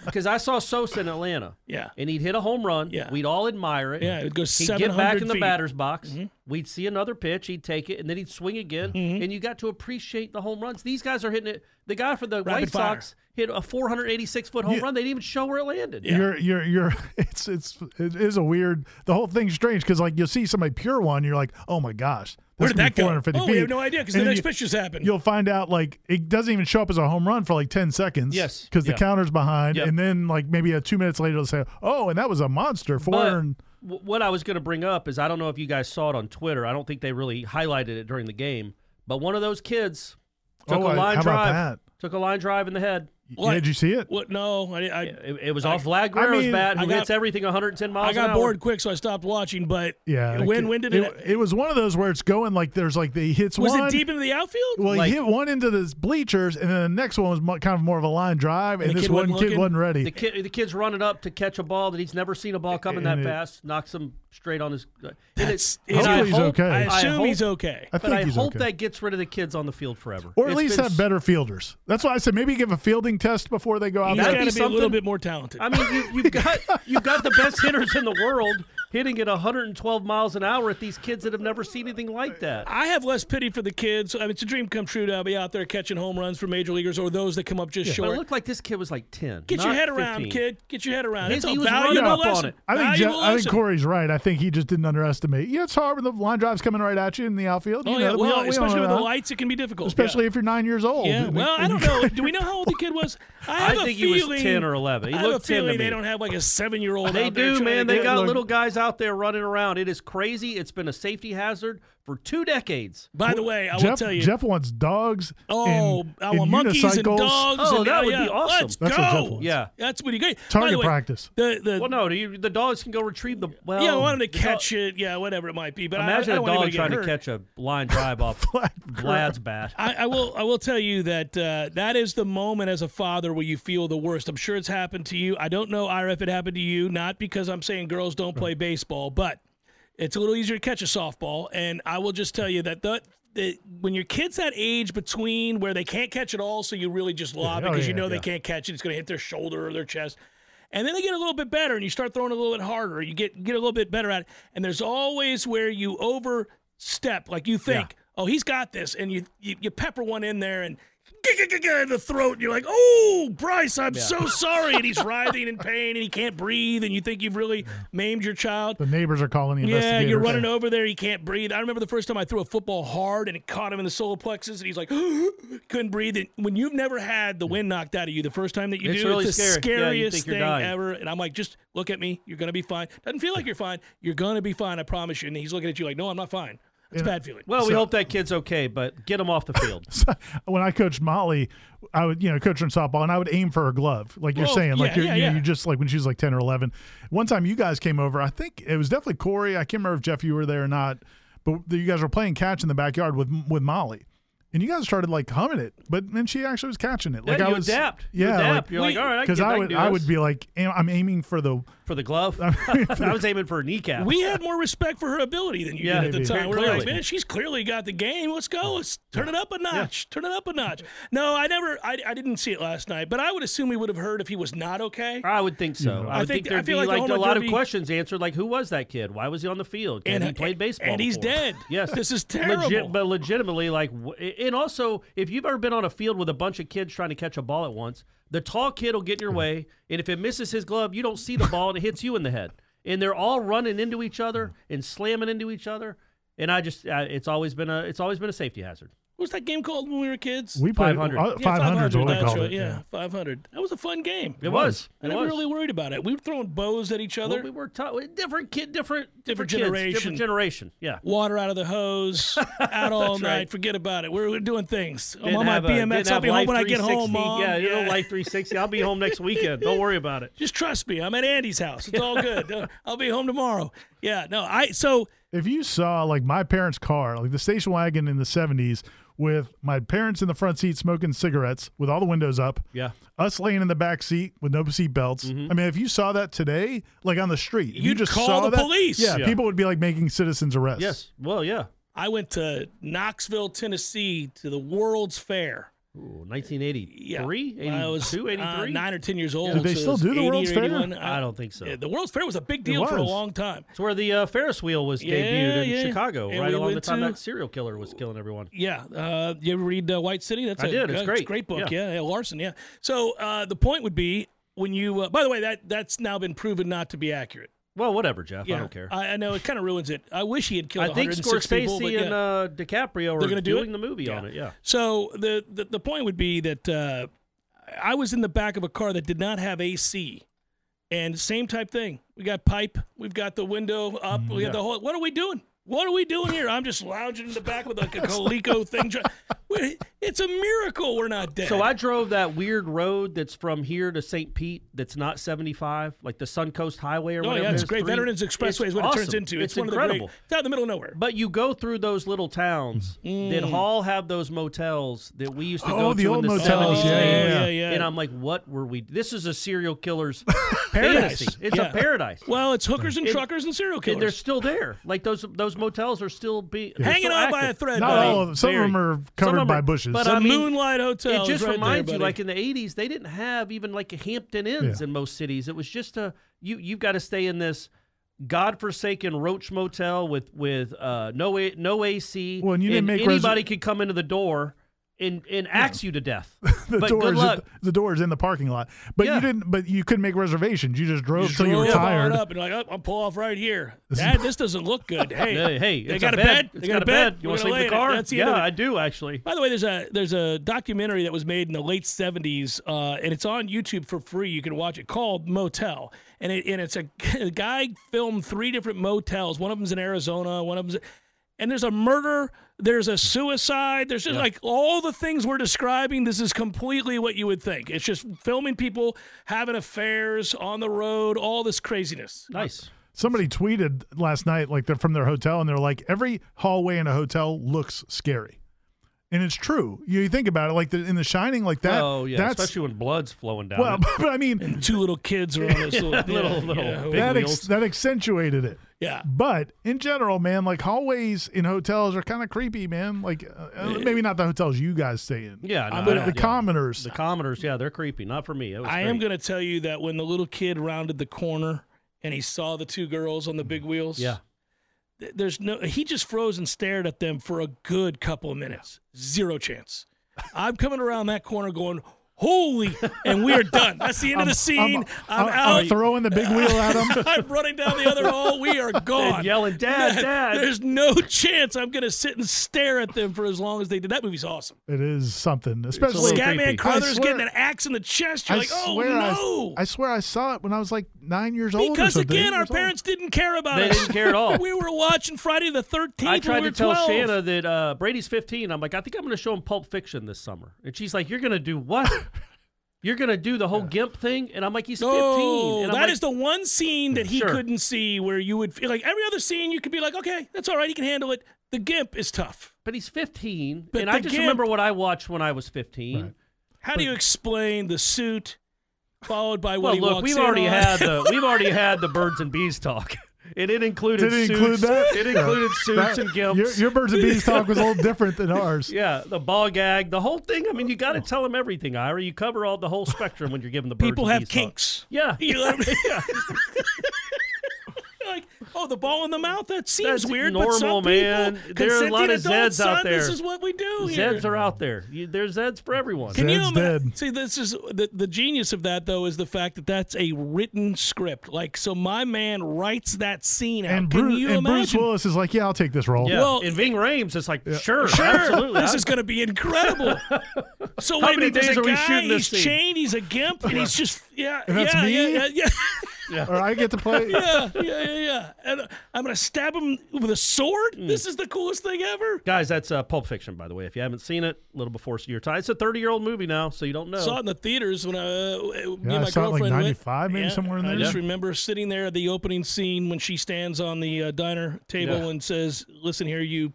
D: Because I saw Sosa in Atlanta.
B: Yeah.
D: And he'd hit a home run.
B: Yeah.
D: We'd all admire it.
B: Yeah, it would go
D: He'd get back
B: 700
D: in
B: feet.
D: the
B: Mm-hmm.
D: batter's box. We'd see another pitch. He'd take it, and then he'd swing again. And you got to appreciate the home runs. These guys are hitting it. The guy for the White
B: fire.
D: Sox hit a 486 foot home run. They didn't even show where it landed.
C: You're, you're, you're. It's, it's, it is a weird. The whole thing's strange because like you'll see somebody pure one, you're like, oh my gosh,
B: Where
C: that's
B: did
C: gonna
B: that
C: be
B: go?
C: 450
B: Oh,
C: feet.
B: we have no idea 'cause the
C: And then
B: next pitch just happened.
C: You'll find out like it doesn't even show up as a home run for like ten seconds.
D: Yes.
C: because
D: Yeah.
C: the counter's behind,
D: Yep.
C: and then like maybe a two minutes later they'll say, oh, and that was a monster four.
D: But
C: and,
D: w- what I was going to bring up is I don't know if you guys saw it on Twitter. I don't think they really highlighted it during the game. But one of those kids took
C: Oh,
D: a
C: I-
D: line
C: how about
D: drive.
C: that?
D: Took a line drive in the head.
C: yeah, did you see it?
B: What? No, I, I,
D: It, it was off Vlad Guerrero's
C: mean,
D: bat, who
B: I got-
D: hits everything 110 miles
B: I
D: an
B: got
D: hour.
B: bored quick, so I stopped watching. But
C: Yeah. I
B: when
C: can't-
B: when did it?
C: It was one of those where it's going like there's like the hits
B: was
C: one.
B: it deep into the outfield?
C: Well,
D: Like-
C: he hit one into the bleachers, and then the next one was mo- kind of more of a line drive, and,
B: the
C: this
B: kid
C: one
B: wasn't
C: kid
B: looking?
C: wasn't ready.
D: The kid, the kid's running up to catch a ball that he's never seen a ball coming that
C: And it-
D: fast. Knocks him straight on his. uh, and
B: That's-
D: it- and
B: Hopefully
D: I
C: he's
D: hope-
C: okay.
B: I
C: I
B: assume
D: hope-
B: he's okay.
C: I
D: But
C: think
D: I
C: he's
D: hope
C: okay.
D: that gets rid of the kids on the field forever,
C: or at
D: It's
C: least
D: been
C: have
D: s-
C: better fielders. That's why I said maybe give a fielding test before they go out
B: He's
D: That'd
B: got
C: there.
D: be
B: to be, a little
D: something.
B: bit more talented.
D: I mean, you, you've got you've got the best hitters in the world hitting at 112 miles an hour at these kids that have never seen anything like that.
B: I have less pity for the kids. I mean, it's a dream come true to be out there catching home runs for major leaguers or those that come up just
D: But it
B: short.
D: looked like this kid was like 10.
B: Get your
D: not
B: head around,
D: 15.
B: kid. Get your head around.
D: He-
B: It's a
D: he was
B: valuable
D: running up on
B: lesson.
D: it.
C: I think Je-
B: valuable
C: I think
B: lesson.
C: Corey's right. I think he just didn't underestimate. Yeah, it's hard when the line drive's coming right at you in the outfield.
B: Oh,
C: you
B: yeah.
C: know, we
B: well,
C: all- we all
B: especially
C: know
B: with the
C: that.
B: lights, it can be difficult.
C: especially if you're nine years old.
B: Yeah,
C: And-
B: well, I
C: and
B: don't
C: you-
B: know. Do we know how old the kid was? I have
D: I
B: a
D: think he was
B: feeling,
D: 10 or 11. He
B: I have a
D: looked 10 to
B: feeling they
D: me.
B: don't have like a seven-year-old.
D: They
B: out there
D: do,
B: trying
D: man.
B: to
D: They
B: get-
D: got
C: look-
D: little guys out there running around. It is crazy. It's been a safety hazard for two decades.
B: By the way, I will
C: Jeff,
B: tell you.
C: Jeff wants dogs.
B: Oh,
C: and,
B: our
C: and
B: monkeys and
C: unicycles.
B: dogs.
D: Oh,
B: and,
D: that
B: oh,
D: would
B: yeah.
D: be awesome.
B: Let's
C: That's
B: go.
C: what Jeff wants.
D: Yeah.
B: that's pretty great. By
C: Target
B: the way,
C: practice.
B: The the
D: Well, no, you, the dogs can go retrieve the. Well,
B: yeah, I wanted
D: the
B: to
D: dog-
B: catch it. Yeah, whatever it might be. But I,
D: Imagine
B: I
D: a
B: don't want
D: dog
B: anybody
D: trying to
B: get hurt.
D: catch a blind drive off Vlad's bat.
B: I, I will. I will tell you that uh, that is the moment as a father where you feel the worst. I'm sure it's happened to you. I don't know, Ira, if it happened to you. Not because I'm saying girls don't play baseball, but it's a little easier to catch a softball. And I will just tell you that the, the when your kid's that age between where they can't catch it all, so you really just lob
C: Yeah, oh,
B: because you
C: yeah,
B: know they
C: yeah.
B: can't catch it. It's going to hit their shoulder or their chest. And then they get a little bit better, and you start throwing a little bit harder. You get get a little bit better at it. And there's always where you overstep, like you think, oh, he's got this, and you you, you pepper one in there and in the throat, and you're like, oh, Bryce, I'm so sorry, and he's writhing in pain, and he can't breathe, and you think you've really maimed your child.
C: The neighbors are calling the
B: Yeah,
C: investigators.
B: you're running over there. He can't breathe. I remember the first time I threw a football hard and it caught him in the solar plexus, and he's like, couldn't breathe. And when you've never had the wind knocked out of you, the first time that you
D: It's
B: do,
D: really
B: it's the
D: scary. Yeah, you think
B: scariest
D: you're
B: thing
D: dying.
B: ever. And I'm like, just look at me. You're gonna be fine. Doesn't feel like you're fine. You're gonna be fine. I promise you. And he's looking at you like, no, I'm not fine. It's a bad feeling.
D: Well, we hope that kid's okay, but get him off the field.
C: when I coached Molly, I would you know coach her in softball, and I would aim for her glove, like you're
B: Well,
C: saying, like
B: yeah,
C: you're,
B: yeah,
C: you,
B: yeah.
C: you just like when she was like ten or eleven. One time you guys came over, I think it was definitely Corey. I can't remember if Jeff you were there or not, but you guys were playing catch in the backyard with with Molly, and you guys started like humming it, but then she actually was catching it.
D: Yeah,
C: Like I
D: you
C: was
D: adapt. You
C: yeah,
D: adapt.
C: like,
D: You're like, all right, I can
C: because
D: do-
C: I
D: can
C: would
D: do
C: I
D: this."
C: would be like, am- I'm aiming for the
D: for the glove. I was aiming for a kneecap.
B: we had more respect for her ability than you
D: Yeah,
B: did at the
D: maybe.
B: time. We're like,
D: Clearly.
B: man, she's clearly got the game. Let's go. Let's turn it up a notch. Turn it up a notch. No, I never. I, I didn't see it last night, but I would assume we would have heard if he was not okay.
D: I would think so. I
B: I
D: would
B: think-
D: think,
B: I
D: there'd
B: feel
D: be
B: like the
D: like,
B: home
D: a
B: run
D: lot of
B: derby-
D: questions answered, like who was that kid? Why was he on the field? And, he played baseball.
B: and he's
D: before?
B: dead.
D: Yes,
B: this is terrible.
D: Legit- but legitimately, like, w- and also, if you've ever been on a field with a bunch of kids trying to catch a ball at once, the tall kid will get in your way, and if it misses his glove, you don't see the ball and it hits you in the head, and they're all running into each other and slamming into each other, and I just, uh, it's always been a, it's always been a safety hazard.
B: What was that game called when we were kids?
C: we played
D: 500.
C: uh,
B: Yeah,
C: 500 is what we
B: that's
C: called
B: right,
C: it.
B: Yeah, 500. That was a fun game.
D: It was.
B: I
D: It
B: never
D: was.
B: really worried about it. We were throwing bows at each other,
D: Well, we were taught different kid, different,
B: Different
D: different, kids,
B: generation.
D: different generation. Yeah.
B: water out of the hose, out all
D: That's
B: night.
D: right.
B: Forget about it. We were doing things. I'm
D: Didn't
B: on my
D: have a- didn't
B: BMX. I'll
D: have
B: be home
D: Life
B: when I get home,
D: 360.
B: mom.
D: Yeah, you know,
B: Yeah.
D: Life 360. I'll be home next weekend. Don't worry about it.
B: Just trust me. I'm at Andy's house. It's all good. Uh, I'll be home tomorrow. Yeah, no, I so
C: if you saw like my parents' car, like the station wagon in the '70s, with my parents in the front seat smoking cigarettes with all the windows up,
D: Yeah. Mm-hmm.
C: us laying in the back seat with no seat belts. I mean, if you saw that today, like on the street, if you
B: You'd
C: just
B: call
C: saw
B: the
C: that-
B: police.
C: Yeah,
D: Yeah.
C: people would be like making citizens arrests.
D: Yes. Well, yeah.
B: I went to Knoxville, Tennessee to the World's Fair.
D: Ooh, 1983,
B: When I was
D: 82, 83.
B: uh, nine or ten years old.
C: Did they
B: so it
C: still
B: was
C: do
B: 80
C: the
B: or
C: World's Fair?
B: 81.
D: I don't think so.
B: Yeah, the World's Fair was a big deal for a
C: was.
B: long time.
D: It's where the uh, Ferris wheel was
B: Yeah,
D: debuted in
B: yeah.
D: Chicago,
B: And
D: right
B: we
D: along the
B: went
D: time
B: to-
D: that serial killer was killing everyone.
B: Yeah. Uh, you ever read uh, White City? That's
D: I
B: a
D: did. It's
B: uh,
D: great.
B: great book.
D: Yeah.
B: Yeah. yeah, Larson. Yeah. So uh, the point would be when you. Uh, by the way, that that's now been proven not to be accurate.
D: Well, whatever, Jeff.
B: Yeah.
D: I don't care. I,
B: I, I know it kind of ruins it. I wish he had killed.
D: think
B: 106
D: Scorsese
B: people, but yeah.
D: and uh, DiCaprio are
B: They're gonna do
D: doing
B: it?
D: the movie
B: Yeah.
D: on it. Yeah.
B: So the, the the point would be that uh, I was in the back of a car that did not have AC, and same type thing. We got pipe. We've got the window up.
D: Mm,
B: we got the whole. What are we doing? What are we doing here? I'm just lounging in the back with like a Coleco thing. dri- We- It's a miracle we're not dead.
D: So I drove that weird road that's from here to St. Pete that's not 75, like the Suncoast Highway or
B: Oh
D: whatever.
B: yeah,
D: it
B: it's
D: is,
B: great.
D: three-
B: Veterans Expressway
D: It's
B: is what it turns
D: awesome.
B: into. It's,
D: It's,
B: one of the
D: incredible.
B: great. It's out in the middle of nowhere.
D: But you go through those little towns
B: Mm.
D: that all have those motels that we used to
C: Oh,
D: go
C: the
D: to
C: old
D: in the
C: motels.
D: 70s.
C: Yeah, yeah,
D: and 80s.
C: yeah.
B: Yeah, yeah.
D: And I'm like, what were we? This is a serial killer's
B: Paradise.
D: fantasy. It's
B: Yeah.
D: a paradise.
B: Well, it's hookers and truckers and serial
D: and they're
B: killers
D: still there. Like those those motels are still being
B: hanging on by a thread.
C: Not
B: buddy.
C: all of them. Some
D: Very.
C: of them are
D: Some
C: covered
D: of 'em
C: by
D: are-
C: bushes.
D: but
B: the
D: I mean,
B: Moonlight Hotel.
D: It
B: is
D: just
B: right there,
D: reminds you,
B: buddy.
D: like in the '80s, they didn't have even like a Hampton Inns
C: Yeah.
D: in most cities. It was just a you. You've got to stay in this godforsaken Roach Motel with with uh, no A- no AC.
C: Well, and you didn't make res-
D: anybody could come into the door and and axe you to death.
C: the
D: but
C: doors,
D: good luck.
C: the doors in the parking lot. But
D: Yeah.
C: you didn't. But you couldn't make reservations. You just drove till you were
B: Drove on
C: tired.
B: Up and like, oh, I'll pull off right here. Dad, this doesn't look good. Hey,
D: Hey, hey,
B: they
D: it's
B: got a bed.
D: It's
B: They got a bed.
D: You
B: We're
D: want to
B: gonna
D: sleep in the
B: lay in it.
D: car?
B: That's the end
D: yeah,
B: of it.
D: I do actually.
B: By the way, there's a there's a documentary that was made in the late '70s, uh, and it's on YouTube for free. You can watch it called Motel, and it and it's a, a guy filmed three different motels. One of them's in Arizona. One of them's and there's a murder. There's a suicide. There's just like all the things we're describing. This is completely what you would think. It's just filming people having affairs on the road, all this craziness.
D: Nice.
C: Somebody tweeted last night, like they're from their hotel, and they're like, every hallway in a hotel looks scary, and it's true. You think about it, like the, in The Shining, like that.
D: oh yeah,
C: that's,
D: especially when blood's flowing down.
C: well,
D: it.
C: but I mean,
B: Two little kids are on this little,
D: little-
B: yeah,
D: little
B: yeah.
D: big
C: that
D: wheels.
C: ex- that accentuated it.
B: Yeah.
C: But in general, man, like hallways in hotels are kind of creepy, man. Like uh, uh, maybe not the hotels you guys stay in.
D: Eh. yeah, no,
C: but
D: I
C: the
D: don't- yeah.
C: commoners.
D: the commoners, yeah, they're creepy. Not for me. It was
B: I
D: great.
B: am going to tell you that when the little kid rounded the corner and he saw the two girls on the big wheels,
D: Yeah.
B: th- there's no. He just froze and stared at them for a good couple of minutes. Zero chance. I'm coming around that corner going. Holy, and we are done. That's the end of the scene. I'm,
C: I'm
B: out.
C: throwing the big wheel at them.
B: I'm running down the other hall. We are gone.
D: And yelling, "Dad, Dad!"
B: There's no chance I'm going to sit and stare at them for as long as they did. That movie's awesome.
C: It is something, especially
D: little
B: Scatman
D: creepy.
B: Crothers
C: I swear-
B: getting an axe in the chest. You're like, oh
C: I-
B: no!
C: I, swear I saw it when I was like nine years old. or
B: Because
C: something, eight
B: again, our
C: years old.
B: parents didn't care about
D: They
B: us.
D: didn't care at all.
B: we were watching Friday the Thirteenth.
D: I
B: we
D: tried
B: were
D: to tell
B: 12.
D: Shanna that uh, Brady's 15. I'm like, I think I'm going to show him Pulp Fiction this summer, and she's like, You're going to do what? You're going to do the whole Gimp thing? And I'm like, He's 15.
B: Oh,
D: and I'm
B: that
D: like,
B: is the one scene that he
D: Sure.
B: couldn't see where you would feel like every other scene you could be like, okay, that's all right, he can handle it. The Gimp is tough.
D: But he's 15,
B: But
D: and
B: the
D: I just
B: Gimp-
D: remember what I watched when I was 15.
B: How do you explain the suit followed by what
D: Well,
B: he
D: look,
B: walks
D: we've
B: in
D: already
B: on?
D: had the we've already had the birds and bees talk, and it included
C: Did it
D: suits.
C: include that?
D: It
C: Yeah.
D: included suits
C: That-
D: and Gimps.
C: Your, your birds and bees talk was a little different than ours.
D: yeah, the ball gag, the whole thing. I mean, you
B: Oh.
D: got to tell him everything, Ira. You cover all the whole spectrum when you're giving the birds
B: people
D: and
B: have
D: bees talk.
B: kinks.
D: Yeah.
B: You know what I mean? Like, oh, the ball in the mouth? That seems
D: That's
B: weird. but
D: normal,
B: some
D: man.
B: People,
D: There are a lot
B: consenting
D: of
B: adults,
D: Zeds
B: son,
D: out
B: This
D: there.
B: is what we do here.
D: Zeds are out there. You, there's Zeds for everyone.
B: Can you
C: Zed's
B: imagine?
C: dead.
B: See, this is the, the genius of that, though, is the fact that that's a written script. Like, so my man writes that scene out.
C: And,
B: Can
C: Bruce,
B: you
C: and
B: imagine?
C: Bruce Willis is like, yeah, I'll take this role.
D: Yeah.
B: Well-
D: and Ving Rhames is like, sure,
B: Sure,
D: absolutely.
B: this
D: I-
B: is going to be incredible. So wait a
D: many
B: minute, there's
D: days
B: a
D: are we
B: guy,
D: shooting this
B: he's
D: scene?
B: chained, he's a gimp, and he's just yeah,
C: And that's
B: yeah,
C: me?
B: yeah, yeah, yeah.
C: or I get to play.
B: yeah, yeah, yeah, yeah. And uh, I'm gonna stab him with a sword. This is the coolest thing ever.
D: Guys, that's uh, Pulp Fiction, by the way. If you haven't seen it, a little before your time. It's a 30 year old movie now, so you don't know.
B: Saw it in the theaters when I, uh, me and
C: Yeah,
B: my
C: I saw it, like,
B: girlfriend went.
C: 95, maybe
B: Yeah,
C: somewhere in
B: I
C: there.
B: just
C: Yeah.
B: remember sitting there at the opening scene when she stands on the uh, diner table
D: Yeah.
B: and says, "Listen here, you."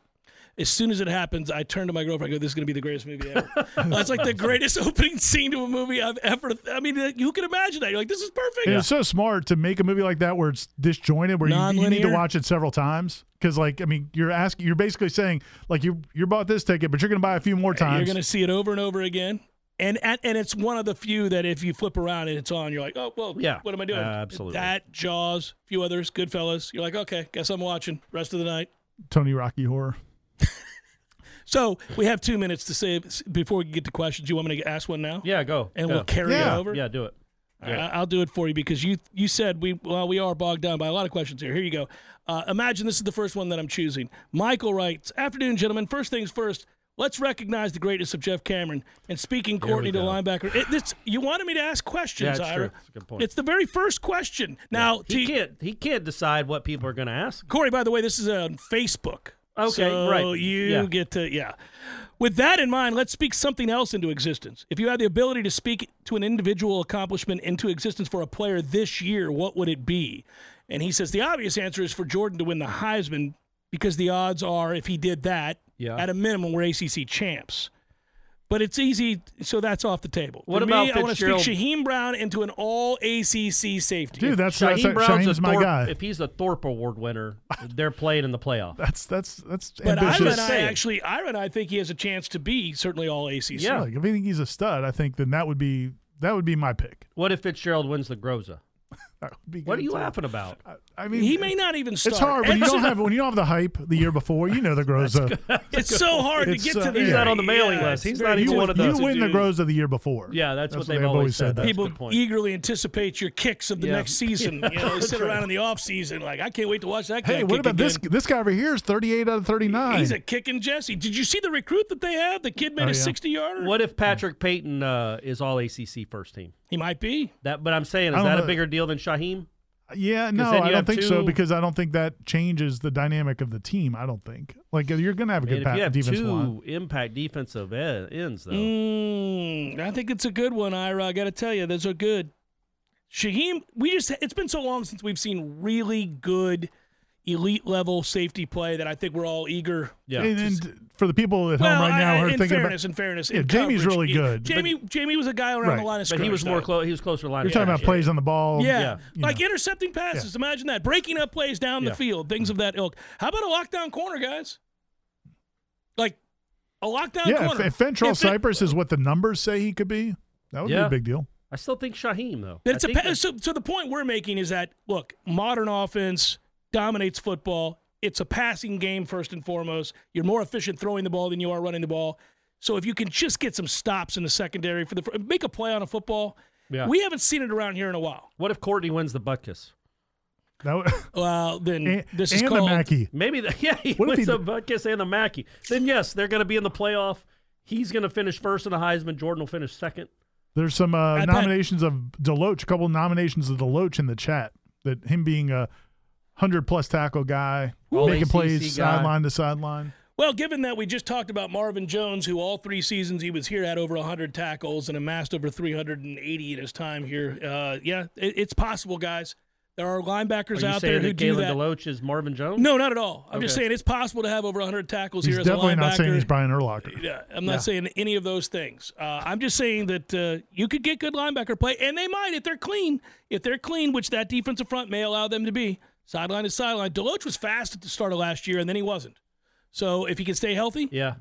B: As soon as it happens, I turn to my girlfriend. I go, "This is going to be the greatest movie ever." That's like the greatest opening scene to a movie I've ever. I mean, uh, who can imagine that? You're like, "This is perfect."
C: And It's so smart to make a movie like that where it's disjointed, where you, you need to
B: Non-linear.
C: watch it several times. Because, like, I mean, you're asking, you're basically saying, like, you you bought this ticket, but you're going to buy a few more times.
B: You're going to see it over and over again. And, and and it's one of the few that if you flip around and it's on, you're like, oh well,
D: Yeah.
B: What am I doing?
D: Uh, absolutely.
B: That Jaws, few others, Goodfellas. You're like, okay, guess I'm watching rest of the night.
C: Tony Rocky horror.
B: So we have two minutes to say before we get to questions. You want me to ask one now?
D: yeah, go.
B: And
D: go.
B: we'll carry
C: Yeah.
B: it over.
D: Yeah, do it.
B: All right, I- I'll do it for you because you you said we well we are bogged down by a lot of questions here. Here you go. Uh, imagine this is the first one that I'm choosing. Michael writes, "Afternoon, gentlemen. First things first. Let's recognize the greatness of Jeff Cameron." And speaking Courtney to
D: go.
B: linebacker, it, this you wanted me to ask questions,
D: Yeah, that's true.
B: Ira.
D: That's a good point.
B: It's the very first question. Now,
D: He
B: to-
D: can't. He can't decide what people are going to ask.
B: Corey, by the way, this is on Facebook.
D: Okay,
B: so
D: right.
B: You
D: Yeah.
B: get to yeah. With that in mind, let's speak something else into existence. If you had the ability to speak to an individual accomplishment into existence for a player this year, what would it be? And he says the obvious answer is for Jordan to win the Heisman because the odds are if he did that,
D: Yeah.
B: at a minimum we're ACC champs. But it's easy, so that's off the table.
D: What
B: For me,
D: about
B: I want to
D: Fitzgerald?
B: speak Shaheem Brown into an All ACC safety.
C: Dude, that's, that's
D: Shaheem Brown's a
C: Shaheem's my
D: Thorpe-
C: guy.
D: If he's a Thorpe Award winner, they're playing in the playoff.
C: that's that's that's
B: But Ira
C: ambitious.
B: and I
D: Saying.
B: actually, Ira and I think he has a chance to be certainly all ACC.
D: Yeah.
C: Like, if you think he's a stud, I think then that would be that would be my pick.
D: What if Fitzgerald wins the Groza?
C: That would be
D: What
C: good,
D: are you
C: too.
D: laughing about?
C: I mean,
B: He may not even start.
C: It's hard when you
B: It's-
C: don't have when you don't have the hype the year before. You know the Groza.
B: It's so hard to
C: It's,
B: get
C: uh,
B: to the.
C: He's not
D: on the mailing list. He's
B: it's
D: not
B: very
D: even
C: You,
D: one
B: difficult
D: of
C: you
D: those.
C: win the
B: to do.
C: Groza the year before.
D: Yeah, that's what they've always said. That's
B: People
D: a good point.
B: eagerly anticipate your kicks of the
D: Yeah.
B: next season. You know, they sit around in the off season like, I can't wait to watch that guy.
C: Hey, what
B: kick
C: about this?
B: again."
C: This guy over here is 38 out of 39.
B: He's a kicking Jesse. Did you see the recruit that they have? The kid made a
C: Oh, yeah.
B: sixty-yarder.
D: What if Patrick Payton uh, is all ACC first team?
B: He might be.
D: That, but I'm saying,
C: I
D: is
C: don't
D: that
C: know.
D: a bigger deal than Shaheem?
C: yeah, no,
D: then you
C: I don't
D: have
C: think so
D: two-
C: because I don't think that changes the dynamic of the team. I don't think like you're going to have a
D: And
C: good
D: if
C: pass
D: you have
C: defense
D: two
C: line.
D: impact defensive e- ends, though,
B: Mm, I think it's a good one, Ira. I got to tell you, those are good. Shaheem, we just—it's been so long since we've seen really good elite level safety play that I think we're all eager.
D: yeah,
C: and then d- for the people at home
B: Well,
C: right now
B: I-
C: who
B: I-
C: are
B: in
C: thinking
B: fairness,
C: about
B: in fairness,
C: Yeah,
B: in
C: Jamie's
B: coverage,
C: really
B: he-
C: good, but-
B: Jamie, Jamie was a guy around the
C: Right,
B: line of
D: but
B: scrimmage.
D: he was more
B: though.
D: close. He was closer to the line.
C: you're
D: of
C: talking about
D: scrimmage.
C: plays on the ball.
B: Yeah,
C: you
B: like
C: know.
B: intercepting passes. Imagine that, breaking up plays down
D: Yeah.
B: the field, things
C: Mm-hmm.
B: of that ilk. How about a lockdown corner, guys? Like a lockdown
C: yeah. If,
B: corner.
C: if Fentrell
B: If it-
C: Cypress is what the numbers say he could be, that would be
D: Yeah.
C: a big deal.
D: I still think Shaheem though.
B: But
D: I
B: it's a
D: think
B: pa-
D: that-
B: so, so the point we're making is that look, modern offense dominates football. It's a passing game first and foremost. You're more efficient throwing the ball than you are running the ball. So if you can just get some stops in the secondary for the fr- make a play on a football,
D: Yeah.
B: we haven't seen it around here in a while.
D: what if Courtney wins the Butkus?
C: That would,
B: Well, then
C: and,
B: this is
C: and
B: called
C: the Mackey.
D: Maybe the, yeah, he
C: What if
D: wins
C: he-
D: the Butkus and the Mackey. Then yes, they're going to be in the playoff. He's going to finish first in the Heisman. Jordan will finish second.
C: There's some uh,
B: bet-
C: nominations of Deloach, a couple nominations of Deloach in the chat. That him being a hundred plus tackle guy,
D: All
C: making
D: ACC
C: plays
D: guy.
C: sideline to sideline.
B: Well, given that we just talked about Marvin Jones, who all three seasons he was here had over 100 tackles and amassed over 380 in his time here, uh, yeah, it, it's possible, guys. There are linebackers
D: Are you
B: out
D: saying
B: there who
D: that
B: do
D: Galen
B: that.
D: Deloach is Marvin Jones?
B: No, not at all. I'm just
D: Okay.
B: saying it's possible to have over 100 tackles
C: He's
B: here as a
C: definitely
B: linebacker.
C: not saying he's Brian Urlacher.
B: Yeah, I'm not saying any of those things. Uh, I'm just saying that uh, you could get good linebacker play, and they might if they're clean. If they're clean, which that defensive front may allow them to be, sideline to sideline. Deloach was fast at the start of last year, and then he wasn't. So if he can stay healthy,
D: Yeah.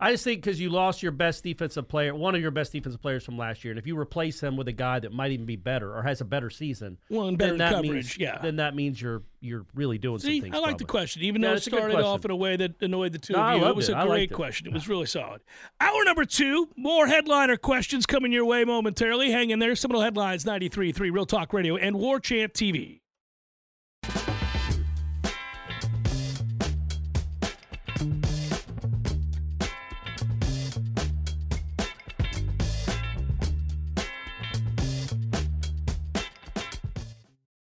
D: I just think because you lost your best defensive player, one of your best defensive players from last year, and if you replace him with a guy that might even be better or has a better season,
B: Well, and better
D: then that
B: coverage,
D: means,
B: yeah.
D: then that means you're you're really doing
B: see,
D: some things.
B: I like the
D: probably.
B: question, even
D: Yeah,
B: though it
D: it's a good
B: started
D: question.
B: off in a way that annoyed the two
D: No,
B: of
D: I
B: you. it
D: loved
B: was
D: it.
B: a
D: I
B: great
D: liked it.
B: question. It was really solid. Hour number two, more headliner questions coming your way momentarily. Hang in there. Seminole Headlines 93.3 Real Talk Radio and War Chant TV.